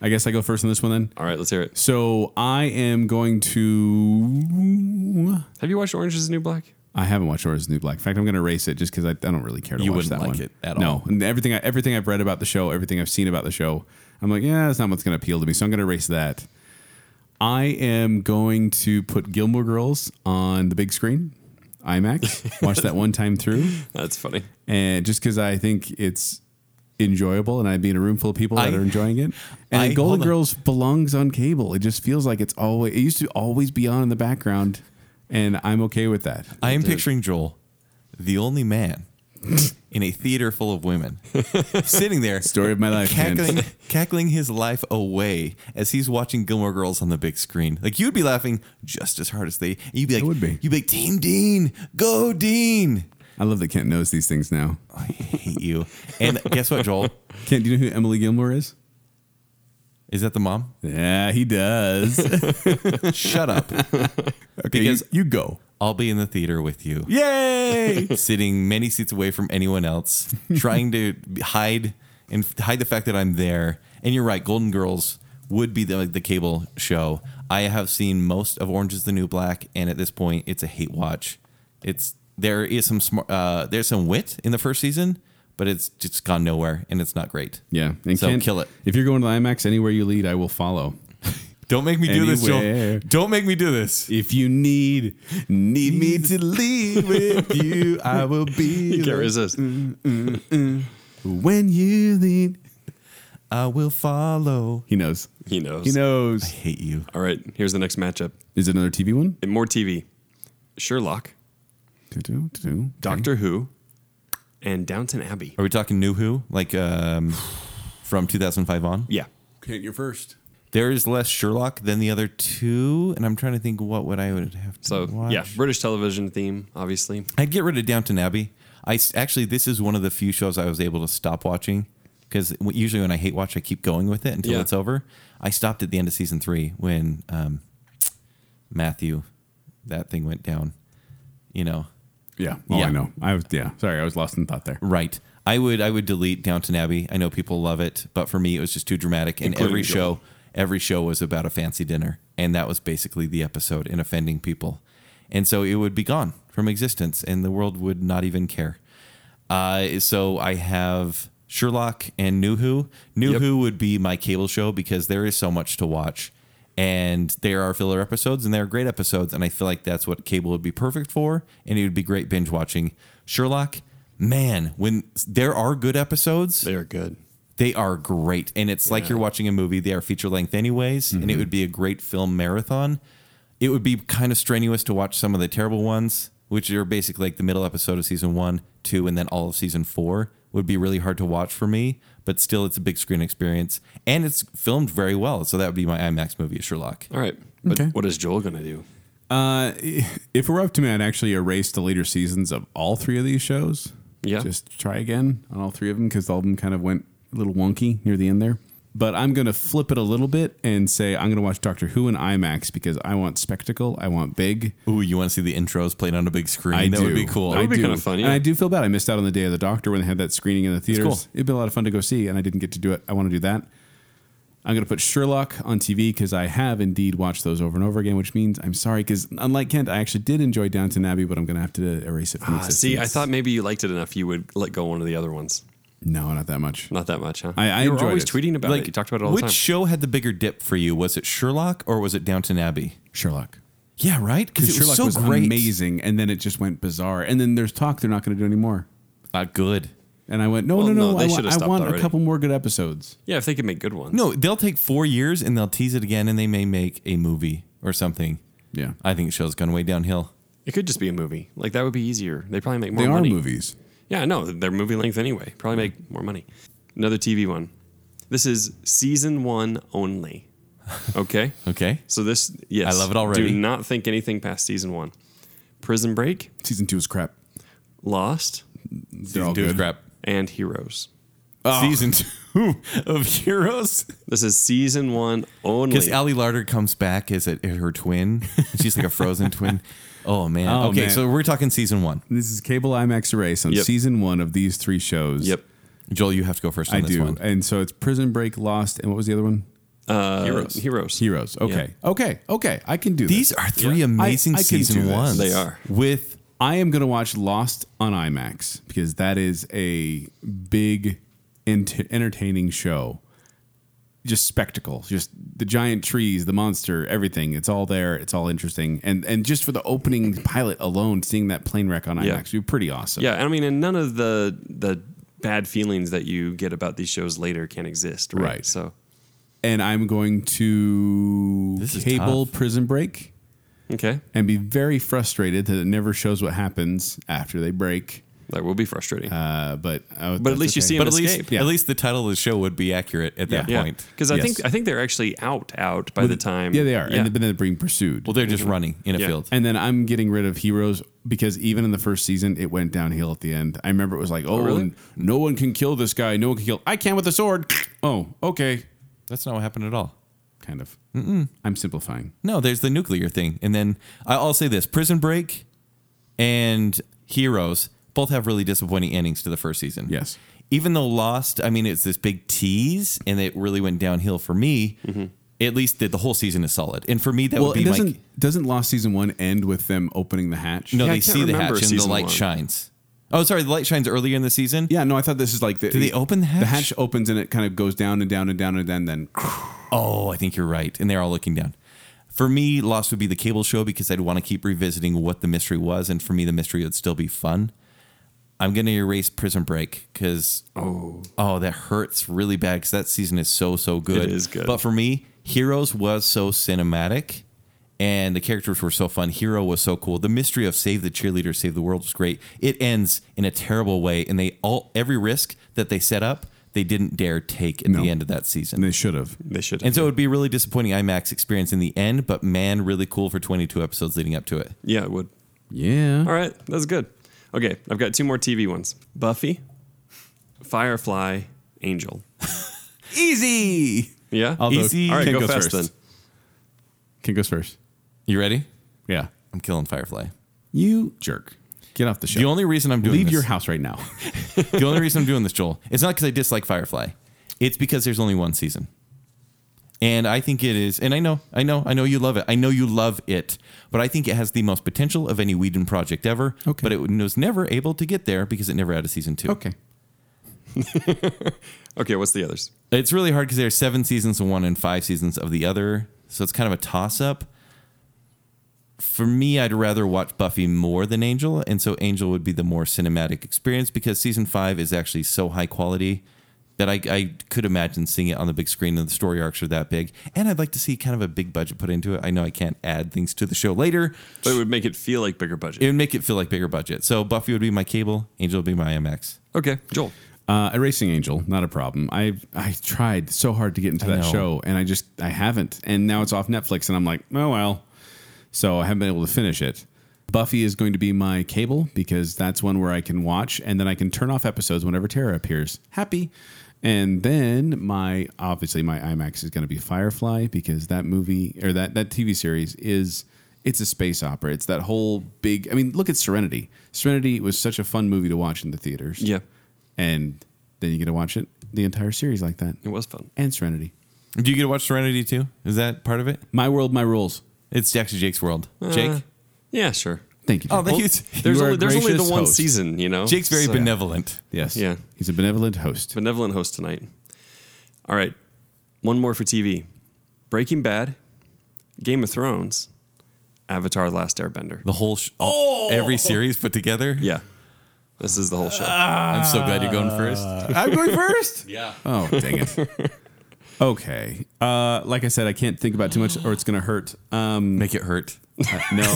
S2: I guess I go first on this one then.
S4: All right, let's hear it.
S2: So I am going to.
S4: Have you watched Orange is the New Black?
S2: I haven't watched Orange is the New Black. In fact, I'm going to erase it just because I, I don't really care to
S3: You
S2: watch that
S3: wouldn't like
S2: one.
S3: it at all.
S2: No, and everything I, everything I've read about the show, everything I've seen about the show, I'm like, yeah, that's not what's going to appeal to me. So I'm going to erase that. I am going to put Gilmore Girls on the big screen, IMAX. watch that one time through.
S4: That's funny.
S2: and just because I think it's enjoyable, and I'd be in a room full of people that
S3: I-
S2: are enjoying it. And
S3: I- hold
S2: Golden
S3: on.
S2: Girls belongs on cable. It just feels like it's always. It used to always be on in the background, and I'm okay with that.
S3: I am picturing Joel, the only man in a theater full of women, sitting there,
S2: Story of my life, man.
S3: cackling, cackling his life away as he's watching Gilmore Girls on the big screen. Like you'd be laughing just as hard as they. You'd be like,
S2: would be.
S3: You'd be like, Team Dean, go Dean.
S2: I love that Kent knows these things now.
S3: I hate you. And guess what, Joel?
S2: Kent, do you know who Emily Gilmore is?
S3: Is that the mom?
S2: Yeah, he does. okay,
S3: Shut up.
S2: because
S3: Because-
S2: you, you go.
S3: I'll be in the theater with you.
S2: Yay!
S3: sitting many seats away from anyone else, trying to hide and hide the fact that I'm there. And you're right, Golden Girls would be the like, the cable show. I have seen most of Orange Is the New Black, and at this point, it's a hate watch. It's there is some smart, uh, there's some wit in the first season, but it's just gone nowhere, and it's not great.
S2: Yeah, and
S3: So
S2: Ken-
S3: kill it.
S2: If you're going to the IMAX, anywhere you lead, I will follow.
S3: Don't make me do this,
S2: Anywhere.
S3: Joel. Don't make me do this.
S2: If you need need me to leave with you, I will be
S4: You can't resist.
S2: when you lead.
S3: I will follow.
S2: He knows.
S4: He knows.
S2: He knows.
S3: Hate you.
S4: All right, here's the next matchup.
S2: Is it another TV one?
S4: And more TV. Sherlock,
S2: Do-do-do-do.
S4: Doctor Who, and Downton Abbey.
S3: Are we talking New Who? Like um, from 2005 on?
S4: Yeah.
S2: Okay, you're first.
S3: There is less Sherlock than the other two, and I'm trying to think what would I would have to
S4: So
S3: watch.
S4: yeah, British television theme, obviously.
S3: I'd get rid of Downton Abbey. I s- actually this is one of the few shows I was able to stop watching because usually when I hate watch, I keep going with it until
S4: Yeah.
S3: it's over. I stopped at the end of season three when um, Matthew that thing went down. You know,
S2: Yeah. Oh,
S3: Yeah.
S2: I know. I was. Yeah. Sorry, I was lost in thought there.
S3: Right. I would I would delete Downton Abbey. I know people love it, but for me it was just too dramatic. And
S4: Including
S3: every
S4: Joel.
S3: show every show was about a fancy dinner. And that was basically the episode in offending people. And so it would be gone from existence and the world would not even care. Uh, so I have Sherlock and New Who. New
S4: Yep.
S3: Who would be my cable show because there is so much to watch. And there are filler episodes and there are great episodes. And I feel like that's what cable would be perfect for. And it would be great binge watching. Sherlock, man, when there are good episodes,
S4: They are good.
S3: they are great. And it's like you're watching a movie. They are feature length, anyways. And it would be a great film marathon. It would be kind of strenuous to watch some of the terrible ones, which are basically like the middle episode of season one, two, and then all of season four would be really hard to watch for me. But still, it's a big screen experience. And it's filmed very well. So that would be my IMAX movie, Sherlock.
S4: All right. But
S2: Okay.
S4: what is Joel gonna do?
S2: Uh, if we're up to me, I'd actually erase the later seasons of all three of these shows.
S4: Yeah.
S2: Just try again on all three of them because all of them kind of went a little wonky near the end there. But I'm going to flip it a little bit and say I'm going to watch Doctor Who in IMAX because I want spectacle. I want big.
S3: Ooh, you want to see the intros played on a big screen?
S2: I
S3: that
S2: do.
S3: would be cool.
S4: That would be
S2: do.
S4: kinda fun, yeah.
S2: And I do feel bad. I missed out on the Day of the Doctor when they had that screening in the theaters.
S3: cool.
S2: It'd be a lot of fun to go see, and I didn't get to do it. I want to do that. I'm going to put Sherlock on TV because I have indeed watched those over and over again, which means I'm sorry because unlike Kent, I actually did enjoy Downton Abbey, but I'm going to have to erase it from
S4: Ah,
S2: existence.
S4: see, I thought maybe you liked it enough you would let go one of the other ones.
S2: no, not that much.
S4: Not that much, huh?
S2: I- I
S4: you were
S2: enjoyed
S4: always
S2: it.
S4: tweeting about it. You talked about it all
S3: which
S4: the time.
S3: show had the bigger dip for you? Was it Sherlock or was it Downton Abbey?
S2: Sherlock.
S3: Yeah, right. Because
S2: Because Sherlock was amazing, and then it just went bizarre. And then there's talk they're not going to do anymore.
S3: Not good.
S2: And I went, no,
S4: Well,
S2: no, no,
S4: no,
S2: I
S4: they
S2: want,
S4: should've
S2: I
S4: stopped
S2: want a
S4: already.
S2: couple more good episodes.
S4: yeah, if they could make good ones.
S3: No, they'll take four years and they'll tease it again, and they may make a movie or something.
S2: Yeah.
S3: I think the show's gone way downhill.
S4: It could just be a movie. Like that would be easier. They probably make more
S2: they are
S4: money.
S2: movies.
S4: Yeah, no, they're movie length anyway. Probably make more money. Another TV one. This is season one only. Okay.
S3: Okay,
S4: So this, yes,
S3: I love it already.
S4: Do not think anything past season one. Prison Break,
S2: Season two is crap.
S4: Lost,
S2: They're all
S3: Dude,
S2: good. Ah.
S3: crap.
S4: and Heroes.
S3: Season two of Heroes
S4: This is season one
S3: because
S4: only.
S3: Allie Larder comes back as a, her twin. She's like a frozen twin. Oh man.
S2: Oh,
S3: okay,
S2: man.
S3: so we're talking season one.
S2: This is Cable IMAX Erase on
S4: Yep.
S2: season one of these three shows.
S4: yep.
S3: Joel, you have to go first on
S2: I
S3: this
S2: do.
S3: one.
S2: And so it's Prison Break, Lost, and what was the other one?
S4: Uh, heroes. Heroes.
S2: Heroes. Okay. Okay. Okay. I can do this.
S3: These are three
S4: Yeah.
S3: amazing
S2: I- I can do
S3: season
S2: this.
S3: ones.
S4: They are.
S3: with
S2: I am going to watch Lost on IMAX because that is a big, ent- entertaining show. Just spectacle, just the giant trees, the monster, everything. It's all there. It's all interesting, and and just for the opening pilot alone, seeing that plane wreck on IMAX
S4: Yeah.
S2: would be pretty awesome.
S4: Yeah, and I mean, and none of the the bad feelings that you get about these shows later can exist, right?
S2: Right.
S4: So
S2: And I'm going to
S3: This is
S2: cable
S3: tough.
S2: Prison Break
S4: okay,
S2: and be very frustrated that it never shows what happens after they break.
S4: that will be frustrating.
S2: Uh, but uh,
S4: But at least you see
S3: but at
S4: An
S3: least
S4: escape.
S2: Yeah.
S3: at least the title of the show would be accurate at that
S4: yeah,
S3: point.
S4: because I
S2: Yes.
S4: think I think they're actually out out by the time.
S2: Yeah, they are, and then they're being pursued.
S3: Well, they're just running in a
S4: Yeah.
S3: field.
S2: And then I'm getting rid of heroes because even in the first season, it went downhill at the end. I remember it was like, oh,
S4: really?
S2: n- no one can kill this guy. No one can kill. I can with a sword. oh, okay.
S3: That's not what happened at all.
S2: Kind of. I'm simplifying.
S3: No, there's the nuclear thing. And then I- I'll say this Prison Break and Heroes both have really disappointing endings to the first season.
S2: Yes.
S4: Mm-hmm.
S3: Even though Lost, I mean, it's this big tease and it really went downhill for me. at least the, the whole season is solid. And for me, that
S2: Well,
S3: would
S2: it
S3: be
S2: doesn't
S3: like
S2: doesn't Lost season one end with them opening the hatch?
S3: no,
S4: Yeah, I
S3: they
S4: can't
S3: see the
S4: remember
S3: hatch and the
S4: season
S3: light
S4: one.
S3: shines. Oh, sorry, the light shines earlier in the season.
S2: yeah, no. I thought this is like the, do
S3: they open the
S2: The
S3: hatch?
S2: hatch opens and it kind of goes down and down and down and down. Then
S3: Oh, I think you're right. And they're all looking down. For me, Lost would be the cable show because I'd want to keep revisiting what the mystery was, and for me, the mystery would still be fun. I'm gonna erase Prison Break because oh, that hurts really bad because that season is so so good.
S4: is good.
S3: But for me, Heroes was so cinematic, and the characters were so fun. Hero was so cool. The mystery of Save the Cheerleader, Save the World was great. It ends in a terrible way, and they all every risk that they set up, they didn't dare take at
S2: No.
S3: the end of that season.
S2: and they should have.
S4: They should.
S3: And so it would be a really disappointing IMAX experience in the end, but man, really cool for 22 episodes leading up to it.
S4: yeah, it would.
S2: Yeah.
S4: All right, that's good. Okay, I've got two more TV ones: Buffy, Firefly, Angel.
S3: Easy.
S4: Yeah.
S2: Although-
S3: Easy.
S4: All right,
S2: Ken
S4: go
S2: goes
S4: fast
S2: first.
S4: then.
S2: Ken goes first.
S3: You ready?
S2: Yeah.
S3: I'm killing Firefly.
S2: You jerk. Get off the show.
S3: The only reason I'm doing
S2: Leave
S3: this,
S2: your house right now.
S3: the only reason I'm doing this, Joel, it's not because I dislike Firefly. It's because there's only one season. And I think it is, and I know, I know, I know you love it. I know you love it, but I think it has the most potential of any Whedon project ever.
S2: Okay.
S3: But it was never able to get there because it never had a season two.
S2: okay.
S4: Okay, what's the others?
S3: It's really hard because there are seven seasons of one and five seasons of the other. So it's kind of a toss up. For me, I'd rather watch Buffy more than Angel. And so Angel would be the more cinematic experience because season five is actually so high quality that I, I could imagine seeing it on the big screen and the story arcs are that big. And I'd like to see kind of a big budget put into it. I know I can't add things to the show later,
S4: But it would make it feel like bigger budget.
S3: it would make it feel like bigger budget. So Buffy would be my cable, Angel would be my MX.
S4: okay, Joel.
S2: Uh, Erasing Angel, not a problem. I I tried so hard to get into
S3: I
S2: that
S3: know.
S2: show, and I just I haven't. And now it's off Netflix, and I'm like, oh well. So I haven't been able to finish it. Buffy is going to be my cable because that's one where I can watch, and then I can turn off episodes whenever Tara appears. Happy. And then my obviously my IMAX is going to be Firefly because that movie or that that TV series is it's a space opera. It's that whole big. I mean, look at Serenity. Serenity was such a fun movie to watch in the theaters
S4: Yeah,
S2: and then you get to watch it the entire series like that
S4: it was fun.
S2: and serenity
S3: Do you get to watch Serenity too? Is that part of it? Uh.
S2: my world my rules
S3: It's actually Jake's world. Jake?
S4: Yeah, sure.
S2: thank you
S3: Oh,
S2: Jack.
S3: thank you.
S4: There's
S2: You are
S4: only
S2: a
S4: there's only the
S2: gracious
S4: one
S2: host.
S4: season, you know.
S3: Jake's very
S4: So-
S3: benevolent.
S2: yes
S4: Yeah.
S2: he's a benevolent host
S4: benevolent host tonight. All right, one more for TV: Breaking Bad, Game of Thrones, Avatar: The Last Airbender.
S3: The whole sh- oh! every series put together.
S4: Yeah, this is the whole show.
S3: I'm so glad you're Uh, going first.
S2: i'm going first
S3: Yeah.
S2: oh dang it okay uh like i said i can't think about too much or it's gonna hurt um
S3: Make it hurt.
S2: uh, no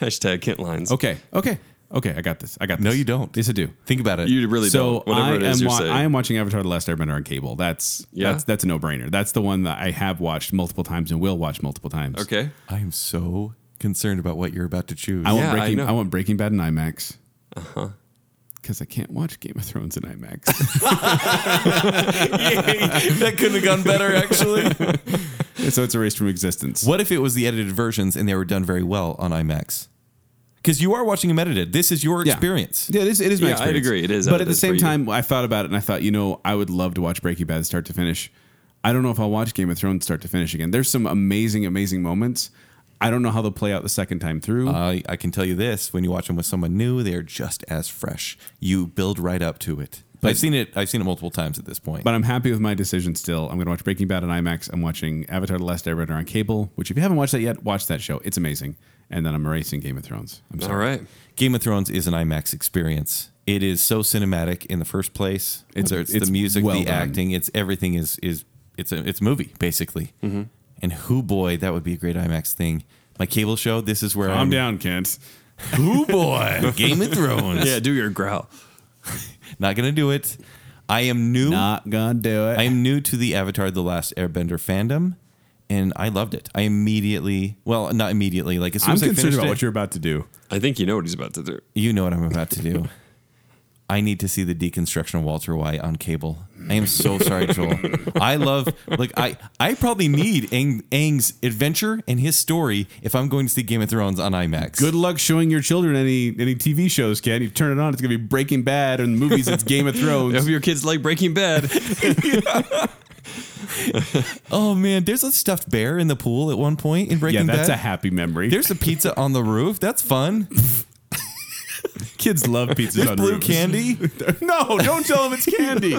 S4: Hashtag Kent Lines.
S2: okay okay okay i got this i got this
S3: No, you don't.
S2: yes i do
S3: Think about it.
S4: You really
S2: so
S4: don't. Whatever
S2: I
S4: it is
S2: am
S4: you're
S2: wa-
S4: saying.
S2: I am watching Avatar: The Last Airbender on cable. That's
S4: Yeah?
S2: that's that's a no brainer. That's the one that I have watched multiple times and will watch multiple times.
S4: okay.
S3: I am so concerned about what you're about to choose.
S2: I want
S4: Yeah, I
S2: Breaking.
S4: know. Uh-huh.
S2: I, want Breaking Bad in IMAX. Uh huh. Because I can't watch Game of Thrones in IMAX.
S3: that couldn't have gone better, actually.
S2: so it's erased from existence.
S3: what if it was the edited versions and they were done very well on IMAX? Because you are watching them edited. This is your
S2: Yeah.
S3: experience.
S2: Yeah, it is. It is my
S4: Yeah, I'd
S2: experience.
S4: agree. It is
S2: But at the
S4: edited for
S2: same
S4: you.
S2: time, I thought about it and I thought, you know, I would love to watch Breaking Bad start to finish. I don't know if I'll watch Game of Thrones start to finish again. There's some amazing, amazing moments. I don't know how they'll play out the second time through.
S4: Uh,
S3: I, I can tell you this: when you watch them with someone new, they are just as fresh. You build right up to it. I've seen it. I've seen it multiple times at this point.
S2: but I'm happy with my decision still. I'm going to watch Breaking Bad on IMAX. I'm watching Avatar The Last Airbender on cable, which if you haven't watched that yet, watch that show. It's amazing. And then I'm erasing Game of Thrones. I'm sorry.
S4: All right.
S3: Game of Thrones is an IMAX experience. It is so cinematic in the first place.
S2: It's-
S3: It's, it's,
S2: it's
S3: the music,
S2: well
S3: the
S2: done.
S3: acting, it's everything is is it's a it's a movie basically.
S2: Mm-hmm.
S3: And who boy, that would be a great IMAX thing. My cable show. This is where
S2: Calm
S3: I'm
S2: down, Kent.
S3: Who boy, Game of Thrones.
S4: Yeah, do your growl.
S3: Not gonna do it. I am new.
S2: Not gonna do it.
S3: I am new to the Avatar: The Last Airbender fandom, and I loved it. I immediately, well, not immediately, like as soon
S2: I'm
S3: as I
S2: concerned
S3: finished
S2: about
S3: it,
S2: what you're about to do.
S4: I think you know what he's about to do.
S3: You know what I'm about to do. I need to see the deconstruction of Walter White on cable. I am so sorry, Joel. I love like I I probably need Aang, Aang's adventure and his story if I'm going to see Game of Thrones on IMAX.
S2: Good luck showing your children any any TV shows, Ken. You turn it on, it's gonna be Breaking Bad, and the movies, it's Game of
S4: I hope
S2: Thrones.
S4: your kids like Breaking Bad.
S3: Oh man, there's a stuffed bear in the pool at one point in
S2: Yeah,
S3: Breaking
S2: that's a
S3: Bad.
S2: happy memory.
S3: there's a pizza on the roof. That's fun.
S2: kids love pizzas
S3: There's
S2: on
S3: blue
S2: roofs.
S3: candy.
S2: No, don't tell them it's candy.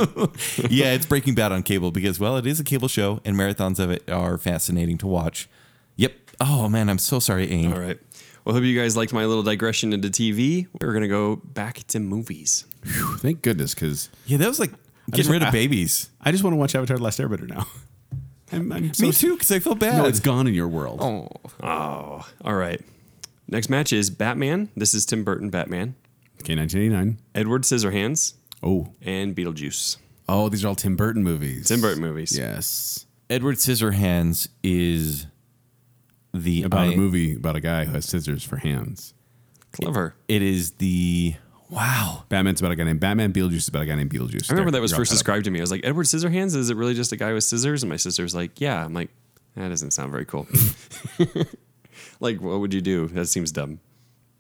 S3: yeah, it's Breaking Bad on cable because well, it is a cable show, and marathons of it are fascinating to watch. Yep. Oh man, I'm so sorry, Aim.
S4: All right. Well, hope you guys liked my little digression into TV. We're going to go back to movies.
S2: Thank goodness, because
S3: Yeah, that was like getting
S2: just-
S3: rid of
S2: I-
S3: babies.
S2: I just want to watch Avatar: The Last Airbender now. I'm, I'm so
S3: Me too, because I feel bad.
S2: No, it's gone in your world.
S4: Oh, all right. Next match is Batman. This is Tim Burton Batman,
S2: Okay, 1989.
S4: Edward Scissorhands,
S2: Oh,
S4: and Beetlejuice.
S2: oh, these are all Tim Burton movies.
S4: Tim Burton movies.
S2: Yes,
S3: Edward Scissorhands is the
S2: about a
S3: I-
S2: movie about a guy who has scissors for hands.
S4: Clever.
S3: It is the wow.
S2: Batman's about a guy named Batman. Beetlejuice is about a guy named Beetlejuice.
S4: I remember
S2: There,
S4: that was
S2: you're all
S4: first
S2: caught up.
S4: described to me. I was like, Edward Scissorhands? Is it really just a guy with scissors? And my sister was like, yeah. I'm like, that doesn't sound very cool. like, what would you do? That seems dumb.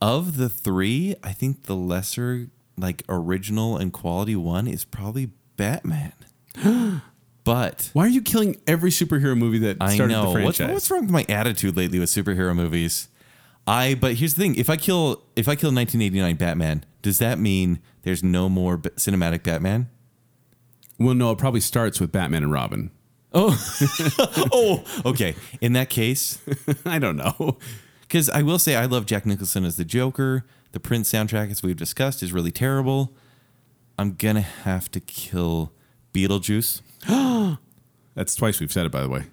S3: Of the three, I think the lesser, like original and quality one is probably Batman. but
S2: Why are you killing every superhero movie that
S3: I
S2: started
S3: know
S2: the
S3: what's,
S2: franchise?
S3: what's wrong with my attitude lately with superhero movies. I but here's the thing: if I kill if I kill 1989 Batman, does that mean there's no more b- cinematic Batman?
S2: well, no, it probably starts with Batman and Robin.
S3: oh, okay. In that case,
S2: I don't know.
S3: Because I will say I love Jack Nicholson as the Joker. The Prince soundtrack, as we've discussed, is really terrible. I'm gonna have to kill Beetlejuice.
S2: That's twice we've said it, by the way.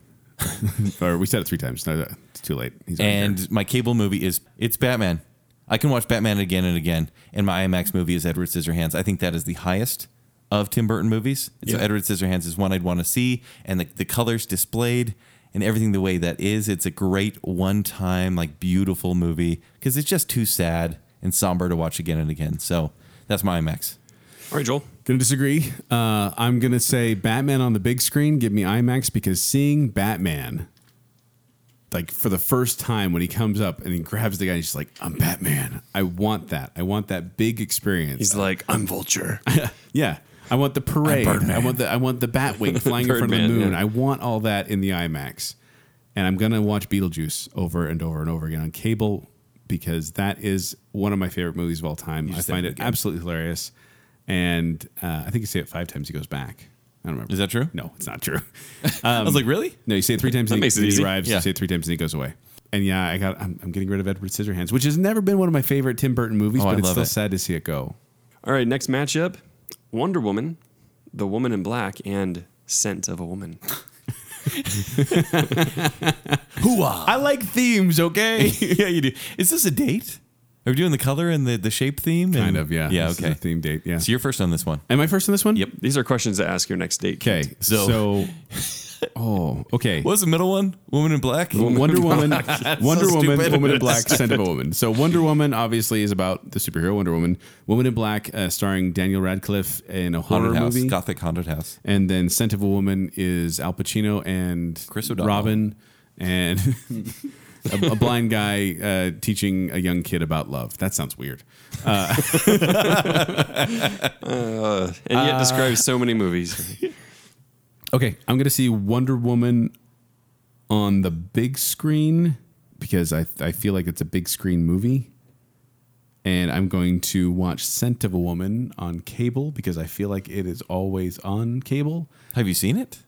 S2: or we said it three times. No, it's too late. He's already
S3: And
S2: here.
S3: my cable movie is it's Batman. I can watch Batman again and again. And my IMAX movie is Edward Scissorhands. I think that is the highest of Tim Burton movies. And So
S2: Yeah.
S3: Edward Scissorhands is one I'd want to see, and the, the colors displayed and everything the way that is. It's a great one time, like beautiful movie because it's just too sad and somber to watch again and again. So that's my IMAX.
S4: All right, Joel.
S2: gonna disagree. Uh, I'm gonna say Batman on the big screen. Give me IMAX because seeing Batman, like for the first time when he comes up and he grabs the guy, and he's just like, "I'm Batman. I want that. I want that big experience."
S4: He's like, I'm Vulture.
S2: Yeah. I want the parade. I want the I want the bat wing flying in front of the
S4: Birdman,
S2: moon.
S4: yeah.
S2: I want all that in the IMAX. And I'm gonna watch Beetlejuice over and over and over again on cable because that is one of my favorite movies of all time. I
S3: just
S2: find
S3: said it
S2: it
S3: again.
S2: absolutely hilarious. And uh, I think you say it five times. He goes back. I don't remember.
S3: Is that true?
S2: No, it's not true. Um,
S3: I was like, really?
S2: No, you say it three times. and he-
S4: makes it
S2: and
S4: easy.
S2: He arrives.
S3: Yeah.
S2: You say it three times and he goes away. And yeah, I got. I'm, I'm getting rid of Edward Scissorhands, which has never been one of my favorite Tim Burton movies,
S3: Oh,
S2: but
S3: I
S2: it's
S3: love
S2: still
S3: it.
S2: sad to see it go.
S4: All right, next matchup Wonder Woman, The Woman in Black, and Scent of a Woman.
S3: Hooah!
S2: I like themes, okay?
S3: yeah, you do. Is this a date? Are we doing the color and the, the shape theme? and-
S2: Kind of, yeah.
S3: Yeah,
S2: This is
S3: okay.
S2: a theme date, yeah.
S3: So you're first on this one.
S2: Am I first on this one?
S3: Yep.
S4: These are questions to ask your next date.
S2: Okay. So,
S3: So-
S2: oh, okay.
S3: What was the middle one? Woman in Black?
S2: Wonder Woman, Wonder
S3: so
S2: Woman,
S3: stupid.
S2: Woman in Black, Scent of a Woman. So Wonder Woman obviously is about the superhero Wonder Woman. Woman in Black, uh, starring Daniel Radcliffe in a horror
S3: Haunted House.
S2: movie,
S3: Gothic Haunted House.
S2: and then Scent of a Woman is Al Pacino and
S3: Chris O'Donnell.
S2: Robin, and a, a blind guy uh, teaching a young kid about love. That sounds weird.
S4: And yet describes so many movies.
S2: Okay, I'm gonna see Wonder Woman on the big screen because I I feel like it's a big screen movie, and I'm going to watch Scent of a Woman on cable because I feel like it is always on cable.
S3: Have you seen it?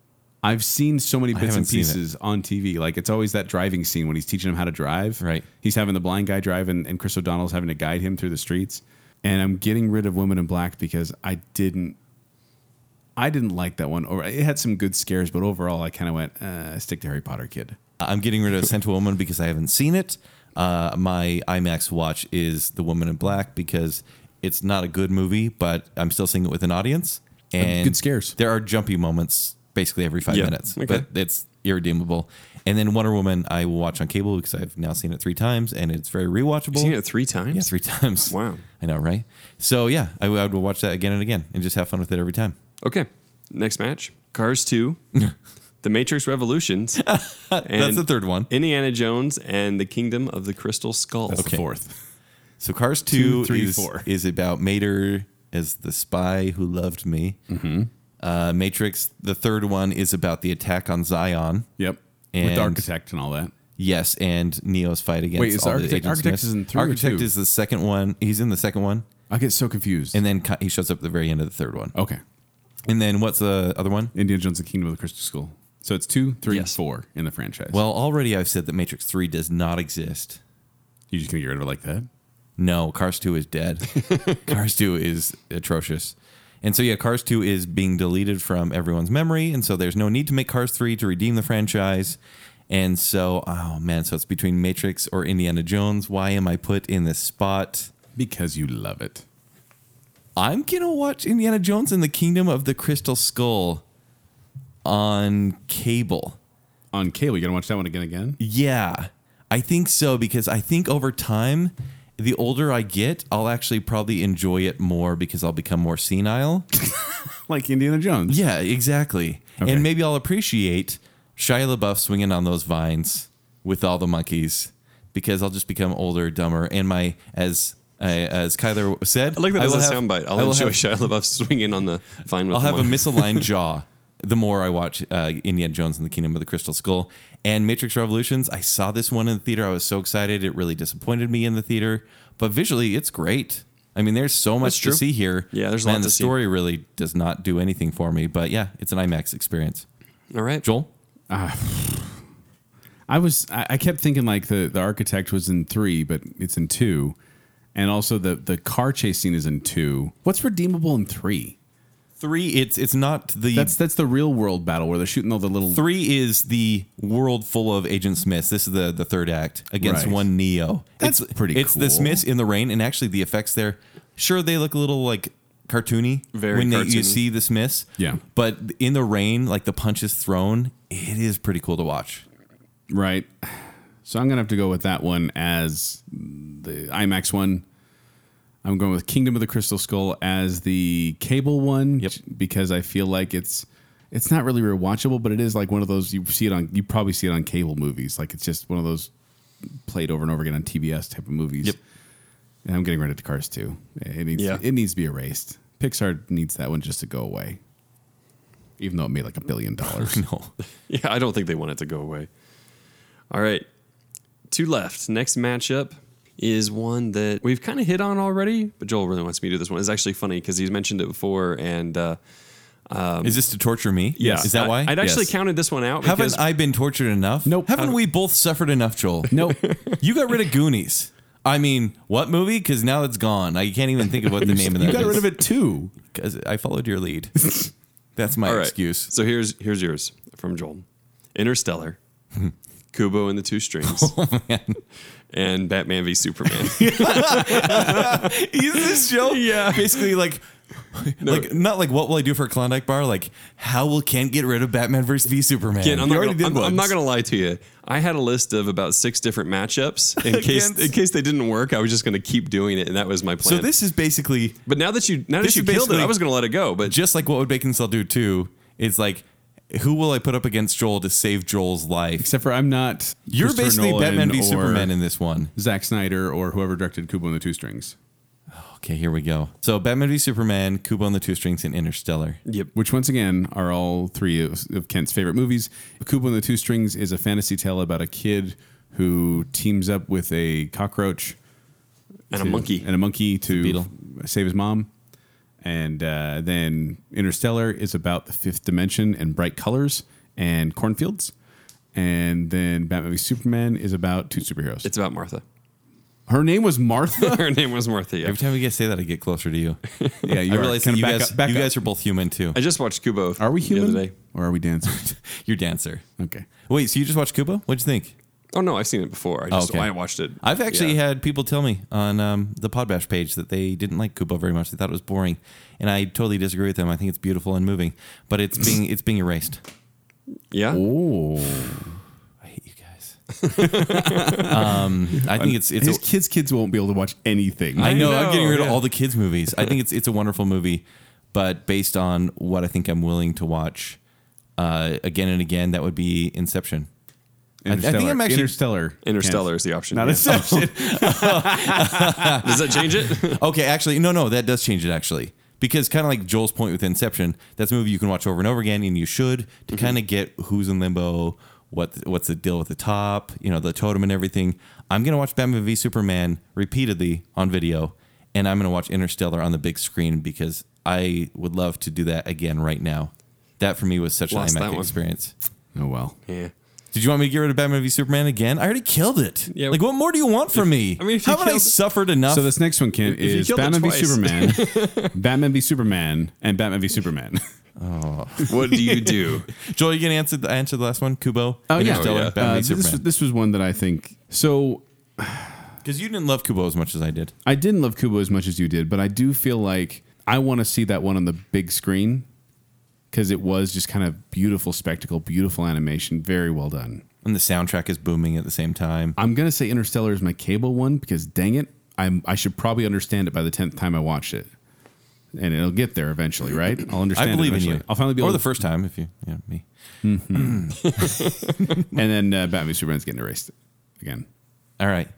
S2: I've seen so many bits
S3: haven't
S2: and
S3: seen it.
S2: pieces on TV. Like it's always that driving scene when he's teaching him how to drive.
S3: Right.
S2: He's having the blind guy drive, and, and Chris O'Donnell's having to guide him through the streets. And I'm getting rid of Women in Black because I didn't, I didn't like that one. Or it had some good scares, but overall, I kind of went uh, stick to Harry Potter, kid.
S3: I'm getting rid of Sent a Woman because I haven't seen it. Uh, my IMAX watch is The Woman in Black because it's not a good movie, but I'm still seeing it with an audience. And
S2: Good scares.
S3: There are jumpy moments basically every five
S4: Yeah.
S3: minutes,
S4: Okay.
S3: but it's irredeemable. And then Wonder Woman, I will watch on cable because I've now seen it three times and it's very rewatchable.
S4: Seen it three times?
S3: Yeah, three times.
S4: Wow.
S3: I know, right? So yeah, I, would- I would watch that again and again and just have fun with it every time.
S4: Okay. Next match Cars 2, The Matrix Revolutions.
S3: That's the third one.
S4: Indiana Jones and the Kingdom of the Crystal Skull.
S2: That's the
S3: Okay.
S2: fourth.
S3: So Cars
S2: Two,
S3: 2,
S2: three,
S3: is,
S2: four. Mm-hmm.
S3: is about Mater as the spy who loved me. Uh, Matrix, the third one, is about the attack on Zion.
S2: Yep. With
S3: And-
S2: the architect and all that.
S3: Yes, and Neo's fight against.
S2: Wait, is
S3: all the
S2: Architect-
S3: Agents
S2: Architect
S3: Smiths.
S2: is in three or
S3: Architect
S2: two?
S3: is the second one. He's in the second one,
S2: I get so confused.
S3: and then co- he shows up at the very end of the third one.
S2: okay.
S3: And then what's the other one?
S2: Indiana Jones and Kingdom of the Crystal Skull. So it's two, three, four
S4: Yes.
S2: in the franchise.
S3: Well, already I've said that Matrix Three does not exist.
S2: you just gonna get rid of it like that?
S3: No, Cars 2 is dead. Cars 2 is atrocious. And so, yeah, Cars 2 is being deleted from everyone's memory. And so there's no need to make Cars 3 to redeem the franchise. And so, oh man, so it's between Matrix or Indiana Jones. Why am I put in this spot?
S2: Because you love it.
S3: I'm going to watch Indiana Jones and the Kingdom of the Crystal Skull on cable.
S2: On cable, you gonna watch that one again again?
S3: Yeah, I think so because I think over time, the older I get, I'll actually probably enjoy it more because I'll become more senile.
S2: Like Indiana Jones.
S3: Yeah, exactly.
S2: Okay.
S3: And maybe I'll appreciate Shia LaBeouf swinging on those vines with all the monkeys because I'll just become older, dumber, and my as I, as Kyler said,
S4: I like that
S3: I
S4: as
S3: will
S4: a
S3: have-
S4: soundbite. I'll
S3: I will
S4: enjoy
S3: have-
S4: Shia LaBeouf swinging on the fine with
S3: I'll
S4: the
S3: have a
S4: wine.
S3: misaligned jaw the more I watch uh, Indiana Jones and the Kingdom of the Crystal Skull and Matrix Revolutions. I saw this one in the theater. I was so excited. It really disappointed me in the theater, but visually, it's great. I mean, there's so much to
S4: true.
S3: see here.
S4: Yeah, there's a
S3: Man,
S4: lot
S3: the
S4: to see.
S3: story really does not do anything for me, but yeah, it's an IMAX experience.
S4: All right,
S3: Joel,
S2: I was I, I kept thinking like the, the architect was in three, but it's in two. And also the the car chase scene is in two. What's redeemable in three?
S3: three. It's it's not the
S2: That's that's the real world battle where they're shooting all the little
S3: three is the world full of Agent Smiths. This is the the third act against
S2: Right.
S3: one Neo.
S2: That's
S3: it's,
S2: pretty
S3: It's the
S2: cool.
S3: Smiths in the rain, and actually the effects there. Sure, they look a little like cartoony
S4: Very
S3: when they- you
S4: cartoony.
S3: see the Smiths.
S2: Yeah.
S3: but in the rain, like the punches thrown, it is pretty cool to watch.
S2: Right. So I'm gonna have to go with that one as the IMAX one. I'm going with Kingdom of the Crystal Skull as the cable one
S3: Yep.
S2: because I feel like it's it's not really rewatchable, but it is like one of those you see it on you probably see it on cable movies. Like it's just one of those played over and over again on TBS type of movies.
S3: Yep.
S2: And I'm getting rid of Cars too. It needs
S4: Yeah.
S2: it needs to be erased. Pixar needs that one just to go away. Even though it made like a billion dollars.
S3: No,
S4: Yeah, I don't think they want it to go away. All right, two left. Next matchup is one that we've kind of hit on already, but Joel really wants me to do this one. It's actually funny because he's mentioned it before, and uh,
S3: is this to torture me?
S4: Um, yeah,
S3: is that
S4: I-
S3: why?
S4: I'd actually
S3: Yes.
S4: counted this one out.
S3: Haven't
S4: because-
S3: I been tortured enough?
S2: Nope.
S3: Haven't we both suffered enough, Joel?
S2: nope.
S3: You got rid of Goonies. I mean, what movie? Because now it's gone. I can't even think of what the name of that
S2: You got
S3: is.
S2: rid of it too.
S3: because I followed your lead. That's my
S4: All right.
S3: excuse.
S4: So here's here's yours from Joel. Interstellar, Kubo and the Two Strings, and Batman v Superman.
S3: Is this show?
S4: Yeah.
S3: Basically, like, like not like what will I do for a Klondike bar? Like, how will Kent get rid of Batman versus the Superman?
S4: Again, I'm,
S3: You
S4: not
S3: already
S4: gonna,
S3: did
S4: I'm, I'm not
S3: once.
S4: gonna lie to you. I had a list of about six different matchups in case
S3: Against-
S4: in case they didn't work. I was just gonna keep doing it, and that was my plan.
S3: So this is basically
S4: but now that you now that
S3: this
S4: you
S3: is
S4: killed it, I
S3: basically-
S4: was gonna let it go. But
S3: just like what would Bacon Cell do too. It's like, who will I put up against Joel to save Joel's life?
S2: Except for I'm not.
S3: You're
S2: Christopher
S3: basically
S2: Nolan
S3: Batman v
S2: or
S3: Superman in this one.
S2: Zack Snyder or whoever directed Kubo and the Two Strings.
S3: Okay, here we go. So Batman v Superman, Kubo and the Two Strings, and Interstellar.
S4: yep,
S2: Which, once again, are all three of, of Kent's favorite movies. Kubo and the Two Strings is a fantasy tale about a kid who teams up with a cockroach
S4: and a
S2: to-
S4: monkey.
S2: and a monkey to
S3: beetle.
S2: f- save his mom. And uh, then Interstellar is about the fifth dimension and bright colors and cornfields. And then Batman v Superman is about two superheroes.
S4: it's about Martha.
S2: Her name was Martha.
S4: Her name was Martha. Yeah.
S3: Every time we get say that, I get closer to you.
S2: yeah, you
S3: I
S2: are.
S3: realize
S2: Can
S3: that
S2: I
S3: you
S2: back
S3: guys,
S2: up- back
S3: you
S2: up?
S3: guys are both human too.
S4: I just watched Kubo.
S2: Are we human?
S4: The other day.
S2: Or are we dancers?
S3: Your dancer.
S2: okay.
S3: Wait, so you just watched Kubo? What'd you think?
S4: Oh no, I've seen it before. I just
S3: okay.
S4: I watched it.
S3: I've actually
S4: Yeah.
S3: had people tell me on um, the Podbash page that they didn't like Kubo very much. They thought it was boring, and I totally disagree with them. I think it's beautiful and moving, but it's being it's being erased.
S4: yeah.
S2: Oh.
S3: I hate you guys. um, I think it's it's.
S2: His kids' kids won't be able to watch anything.
S3: I know, I'm
S4: know,
S3: getting rid of
S4: yeah.
S3: all the kids' movies. I think it's it's a wonderful movie, but based on what I think I'm willing to watch uh, again and again, that would be Inception. I- I think
S2: Interstellar.
S3: I'm actually
S2: Interstellar.
S4: Interstellar is the option.
S2: Not
S4: Yeah.
S2: Inception.
S4: Does that change it?
S3: Okay, actually, no, no, that does change it. Actually, Because kind of like Joel's point with Inception, that's a movie you can watch over and over again, and you should to
S4: Mm-hmm.
S3: kind of get who's in limbo, what what's the deal with the top, you know, the totem and everything. I'm gonna watch Batman v Superman repeatedly on video, and I'm gonna watch Interstellar on the big screen because I would love to do that again right now. That for me was such
S4: Lost
S3: an
S4: that
S3: IMAX
S4: one.
S3: experience.
S2: Oh well.
S4: Yeah.
S3: Did you want me to get rid of Batman v Superman again? I already killed it.
S4: Yeah.
S3: Like, what more do you want from me?
S4: I mean, if you
S3: how have I
S4: killed-
S3: suffered enough?
S2: So this next one, Ken,
S4: you
S2: is
S4: killed it
S2: Batman v
S4: twice.
S2: Superman, Batman v Superman, and Batman v Superman.
S4: What do you do?
S3: Joel, you gonna answer the, answer the last one, Kubo?
S4: Interstellar,
S2: Uh,
S3: Batman v
S2: this,
S3: Superman.
S2: this was one that I think. So
S3: Because you didn't love Kubo as much as I did.
S2: I didn't love Kubo as much as you did, but I do feel like I want to see that one on the big screen because it was just kind of beautiful spectacle, beautiful animation, very well done.
S3: And the soundtrack is booming at the same time.
S2: I'm gonna say Interstellar is my cable one because dang it, I'm I should probably understand it by the tenth time I watched it, and it'll get there eventually, right? I'll understand.
S3: I believe
S2: it
S3: in you.
S2: eventually. I'll finally be
S3: or
S2: able
S3: the
S2: to.
S3: first time if you, yeah, me.
S2: and then uh, Batman v Superman's getting erased again
S3: All right.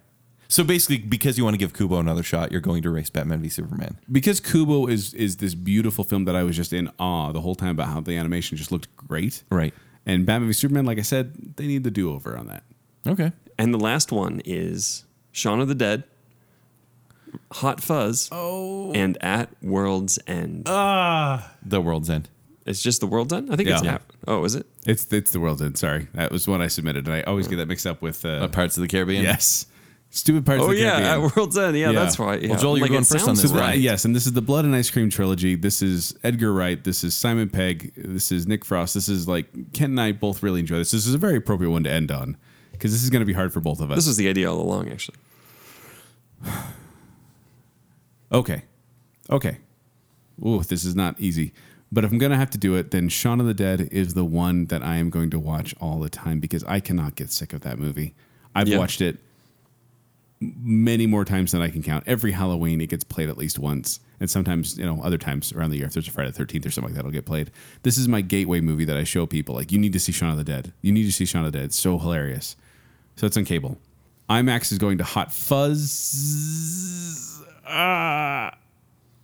S3: So basically, because you want to give Kubo another shot, you're going to race Batman v Superman.
S2: because Kubo is is this beautiful film that I was just in awe the whole time about how the animation just looked great,
S3: Right.
S2: And Batman v Superman, like I said, they need the do over on that.
S3: Okay.
S4: And the last one is Shaun of the Dead, Hot Fuzz, oh. Uh. and At World's End.
S3: The World's End.
S4: It's just the world's end. I think it's
S2: Yeah.
S4: at. Oh, is it?
S2: It's it's the world's end. Sorry, that was what I submitted, and I always get that mixed up with uh,
S3: Uh, Pirates of the Caribbean.
S2: yes, stupid parts.
S4: Oh
S2: of the
S4: yeah,
S2: Caribbean.
S4: at world's end. Yeah,
S2: Yeah.
S4: that's right. Yeah.
S3: Well, Joel,
S4: I'm
S3: you're
S4: like,
S3: going
S4: it
S3: first on
S4: sounds
S3: this,
S2: Th-
S3: right?
S2: Yes, and this is the Blood and Ice Cream trilogy. This is Edgar Wright. This is Simon Pegg. This is Nick Frost. This is like Ken and I both really enjoy this. This is a very appropriate one to end on because this is going to be hard for both of us.
S4: This was the idea all along, actually.
S2: okay, okay. Ooh, this is not easy. But if I'm going to have to do it, then Shaun of the Dead is the one that I am going to watch all the time because I cannot get sick of that movie. I've
S4: Yeah.
S2: watched it many more times than I can count. Every Halloween, it gets played at least once, and sometimes you know other times around the year. If there's a Friday the Thirteenth or something like that, it'll get played. This is my gateway movie that I show people. Like, you need to see Shaun of the Dead. You need to see Shaun of the Dead. It's so hilarious. So it's on cable. IMAX is going to Hot Fuzz. Ah,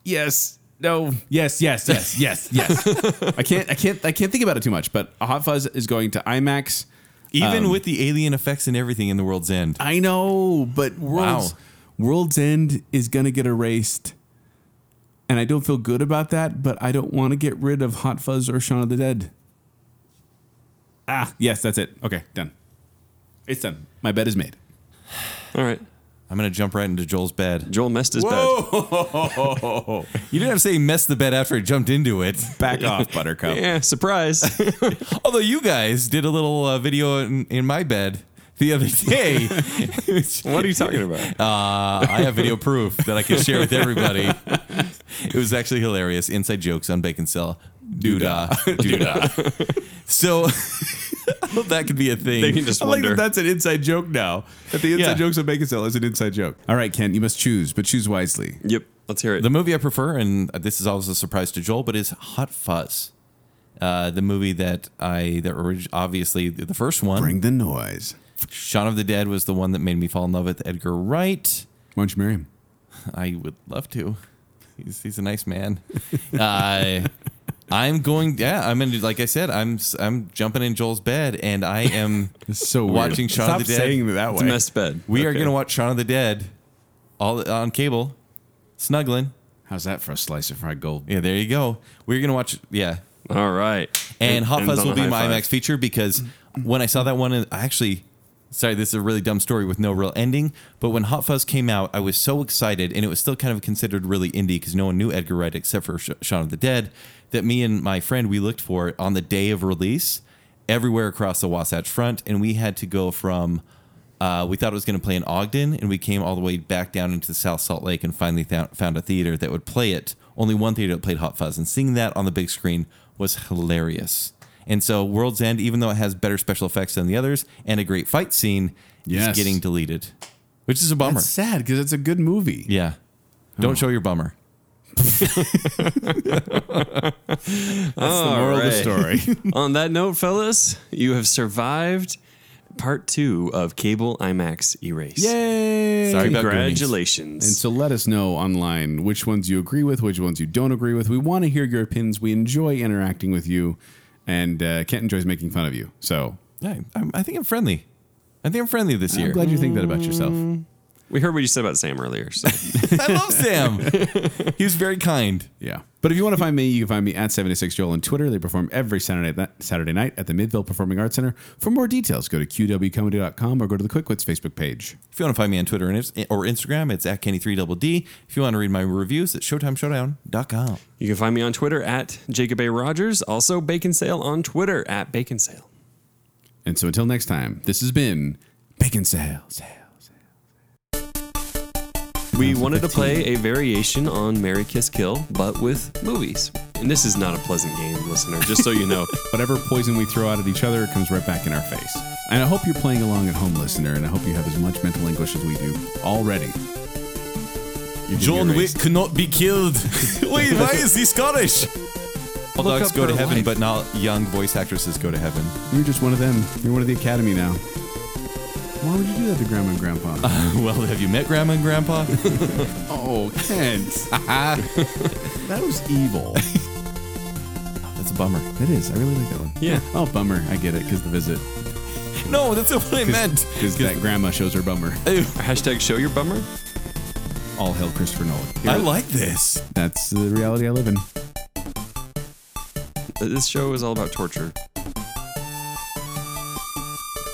S2: yes. No. Yes. Yes. Yes. Yes. Yes. I can't. I can't. I can't think about it too much. But Hot Fuzz is going to IMAX.
S3: Even
S2: Um,
S3: with the alien effects and everything in The World's End.
S2: I know, but World's
S3: Wow.
S2: World's End is going to get erased. And I don't feel good about that, but I don't want to get rid of Hot Fuzz or Shaun of the Dead. Ah, yes, that's it. Okay, done. It's done. My bed is made.
S4: All right.
S3: I'm going to jump right into Joel's bed.
S4: Joel messed his
S3: You didn't have to say he messed the bed after he jumped into it.
S2: Back off, Buttercup.
S4: bed. Yeah, surprise.
S3: Although you guys did a little uh, video in, in my bed the other day.
S4: what are you talking about?
S3: Uh, I have video proof that I can share with everybody. It was actually hilarious. Inside jokes on Bacon Cell. Doodah. Doodah. so I hope that could be a thing.
S4: They can just
S2: I like that
S4: wonder.
S2: that's an inside joke now. That the inside
S3: Yeah.
S2: jokes of Bacon Cell is an inside joke. All right, Ken, you must choose, but choose wisely.
S4: yep. Let's hear it.
S3: The movie I prefer, and this is always a surprise to Joel, but is Hot Fuzz. Uh, the movie that I, that orig- obviously the the first one,
S2: Bring the noise.
S3: Shaun of the Dead, was the one that made me fall in love with Edgar Wright.
S2: Why don't you marry him?
S3: I would love to. He's, he's a nice man. uh, I'm going. Yeah, I'm in. Like I said, I'm s- I'm jumping in Joel's bed, and I am
S2: It's so weird.
S3: watching Shaun
S2: Stop
S3: of the Dead.
S2: saying it that
S4: it's a
S2: way.
S4: messed bed.
S3: we are
S4: Okay.
S3: going to watch Shaun of the Dead, all on cable, snuggling.
S2: How's that for a slice of fried gold?
S3: Yeah, there you go. We're going to watch. Yeah,
S4: All right.
S3: and
S4: It
S3: Hot
S4: ends
S3: Fuzz
S4: on
S3: will
S4: a
S3: be
S4: high
S3: my
S4: five.
S3: IMAX feature because when I saw that one, and I actually, sorry, this is a really dumb story with no real ending. But when Hot Fuzz came out, I was so excited, and it was still kind of considered really indie because no one knew Edgar Wright except for Sh- Shaun of the Dead. That me and my friend we looked for it on the day of release everywhere across the Wasatch Front, and we had to go from. Uh, we thought it was going to play in Ogden, and we came all the way back down into the South Salt Lake and finally thou- found a theater that would play it. Only one theater that played Hot Fuzz, and seeing that on the big screen was hilarious. And so, World's End, even though it has better special effects than the others and a great fight scene,
S2: Yes.
S3: is getting deleted, which is a bummer.
S2: That's sad because it's a good movie.
S3: yeah. Don't show your bummer.
S2: That's the moral of the
S4: Alright.
S2: story.
S4: On that note, fellas, you have survived part two of Cable IMAX Erase.
S2: Yay!
S3: Sorry about
S4: Congratulations.
S2: And so let us know online which ones you agree with, which ones you don't agree with. We want to hear your opinions. We enjoy interacting with you, and uh, Kent enjoys making fun of you. So
S3: Yeah, I'm, I think I'm friendly. I think I'm friendly this
S2: I'm
S3: year.
S2: glad you think that about yourself.
S4: we heard what you said about Sam earlier. So.
S3: I love Sam. he was very kind.
S2: Yeah. But if you want to find me, you can find me at 76 Joel on Twitter. They perform every Saturday night, Saturday night at the Midville Performing Arts Center. For more details, go to qwcomedy.com or go to the Quick Wits Facebook page.
S3: If you want to find me on Twitter and Ins- or Instagram, it's at Kenny3DD. If you want to read my reviews, it's ShowtimeShowdown.com.
S4: You can find me on Twitter at Jacob A. Rogers, also Bacon Sale on Twitter at Bacon Sale.
S2: And so until next time, this has been Bacon Sale. Sale, Sale.
S4: We wanted to play a variation on Mary Kiss Kill, but with movies. And this is not a pleasant game, listener, just so you know.
S2: Whatever poison we throw out at each other, it comes right back in our face. And I hope you're playing along at home, listener, and I hope you have as much mental anguish as we do already. You can
S3: John
S2: erase-
S3: Wick cannot be killed. Wait, why is he Scottish? All
S4: Look
S3: dogs
S4: up
S3: go to
S4: her
S3: heaven,
S4: life.
S3: but not young voice actresses go to heaven.
S2: You're just one of them. You're one of the academy now. Why would you do that to Grandma and Grandpa?
S3: well, have you met Grandma and Grandpa?
S2: Oh, Kent. that was evil.
S3: That's a bummer.
S2: It is. I really like that one.
S4: Yeah.
S2: Oh, bummer. I get it because the visit.
S3: No, that's not what I meant.
S2: Because that grandma shows her bummer.
S4: Hashtag show your bummer.
S2: All hail Christopher Nolan.
S3: I like this.
S2: That's the reality I live in.
S4: This show is all about torture.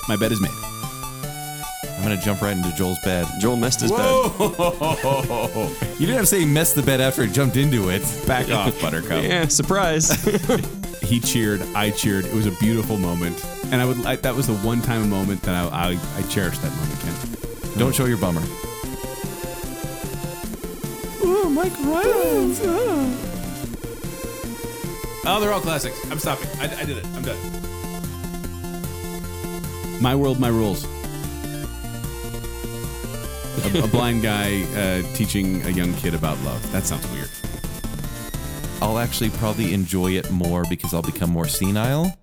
S2: My bed is made.
S3: I'm gonna jump right into Joel's bed.
S4: Joel messed his
S3: You didn't have to say he messed the bed after he jumped into it.
S2: Back off, Buttercup.
S4: bed. Yeah, surprise.
S2: He cheered. I cheered. It was a beautiful moment, and I would. I, that was the one time moment that I I, I cherished that moment. Kent.
S3: Don't show your bummer. Ooh, Mike Reynolds.
S2: Oh, they're all classics. I'm stopping. I, I did it. I'm done. My world, my rules. a, a blind guy uh, teaching a young kid about love. That sounds weird.
S3: I'll actually probably enjoy it more because I'll become more senile.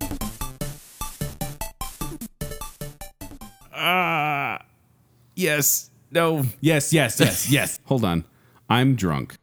S2: Yes. No. Yes. Yes. Yes. yes. Hold on. I'm drunk.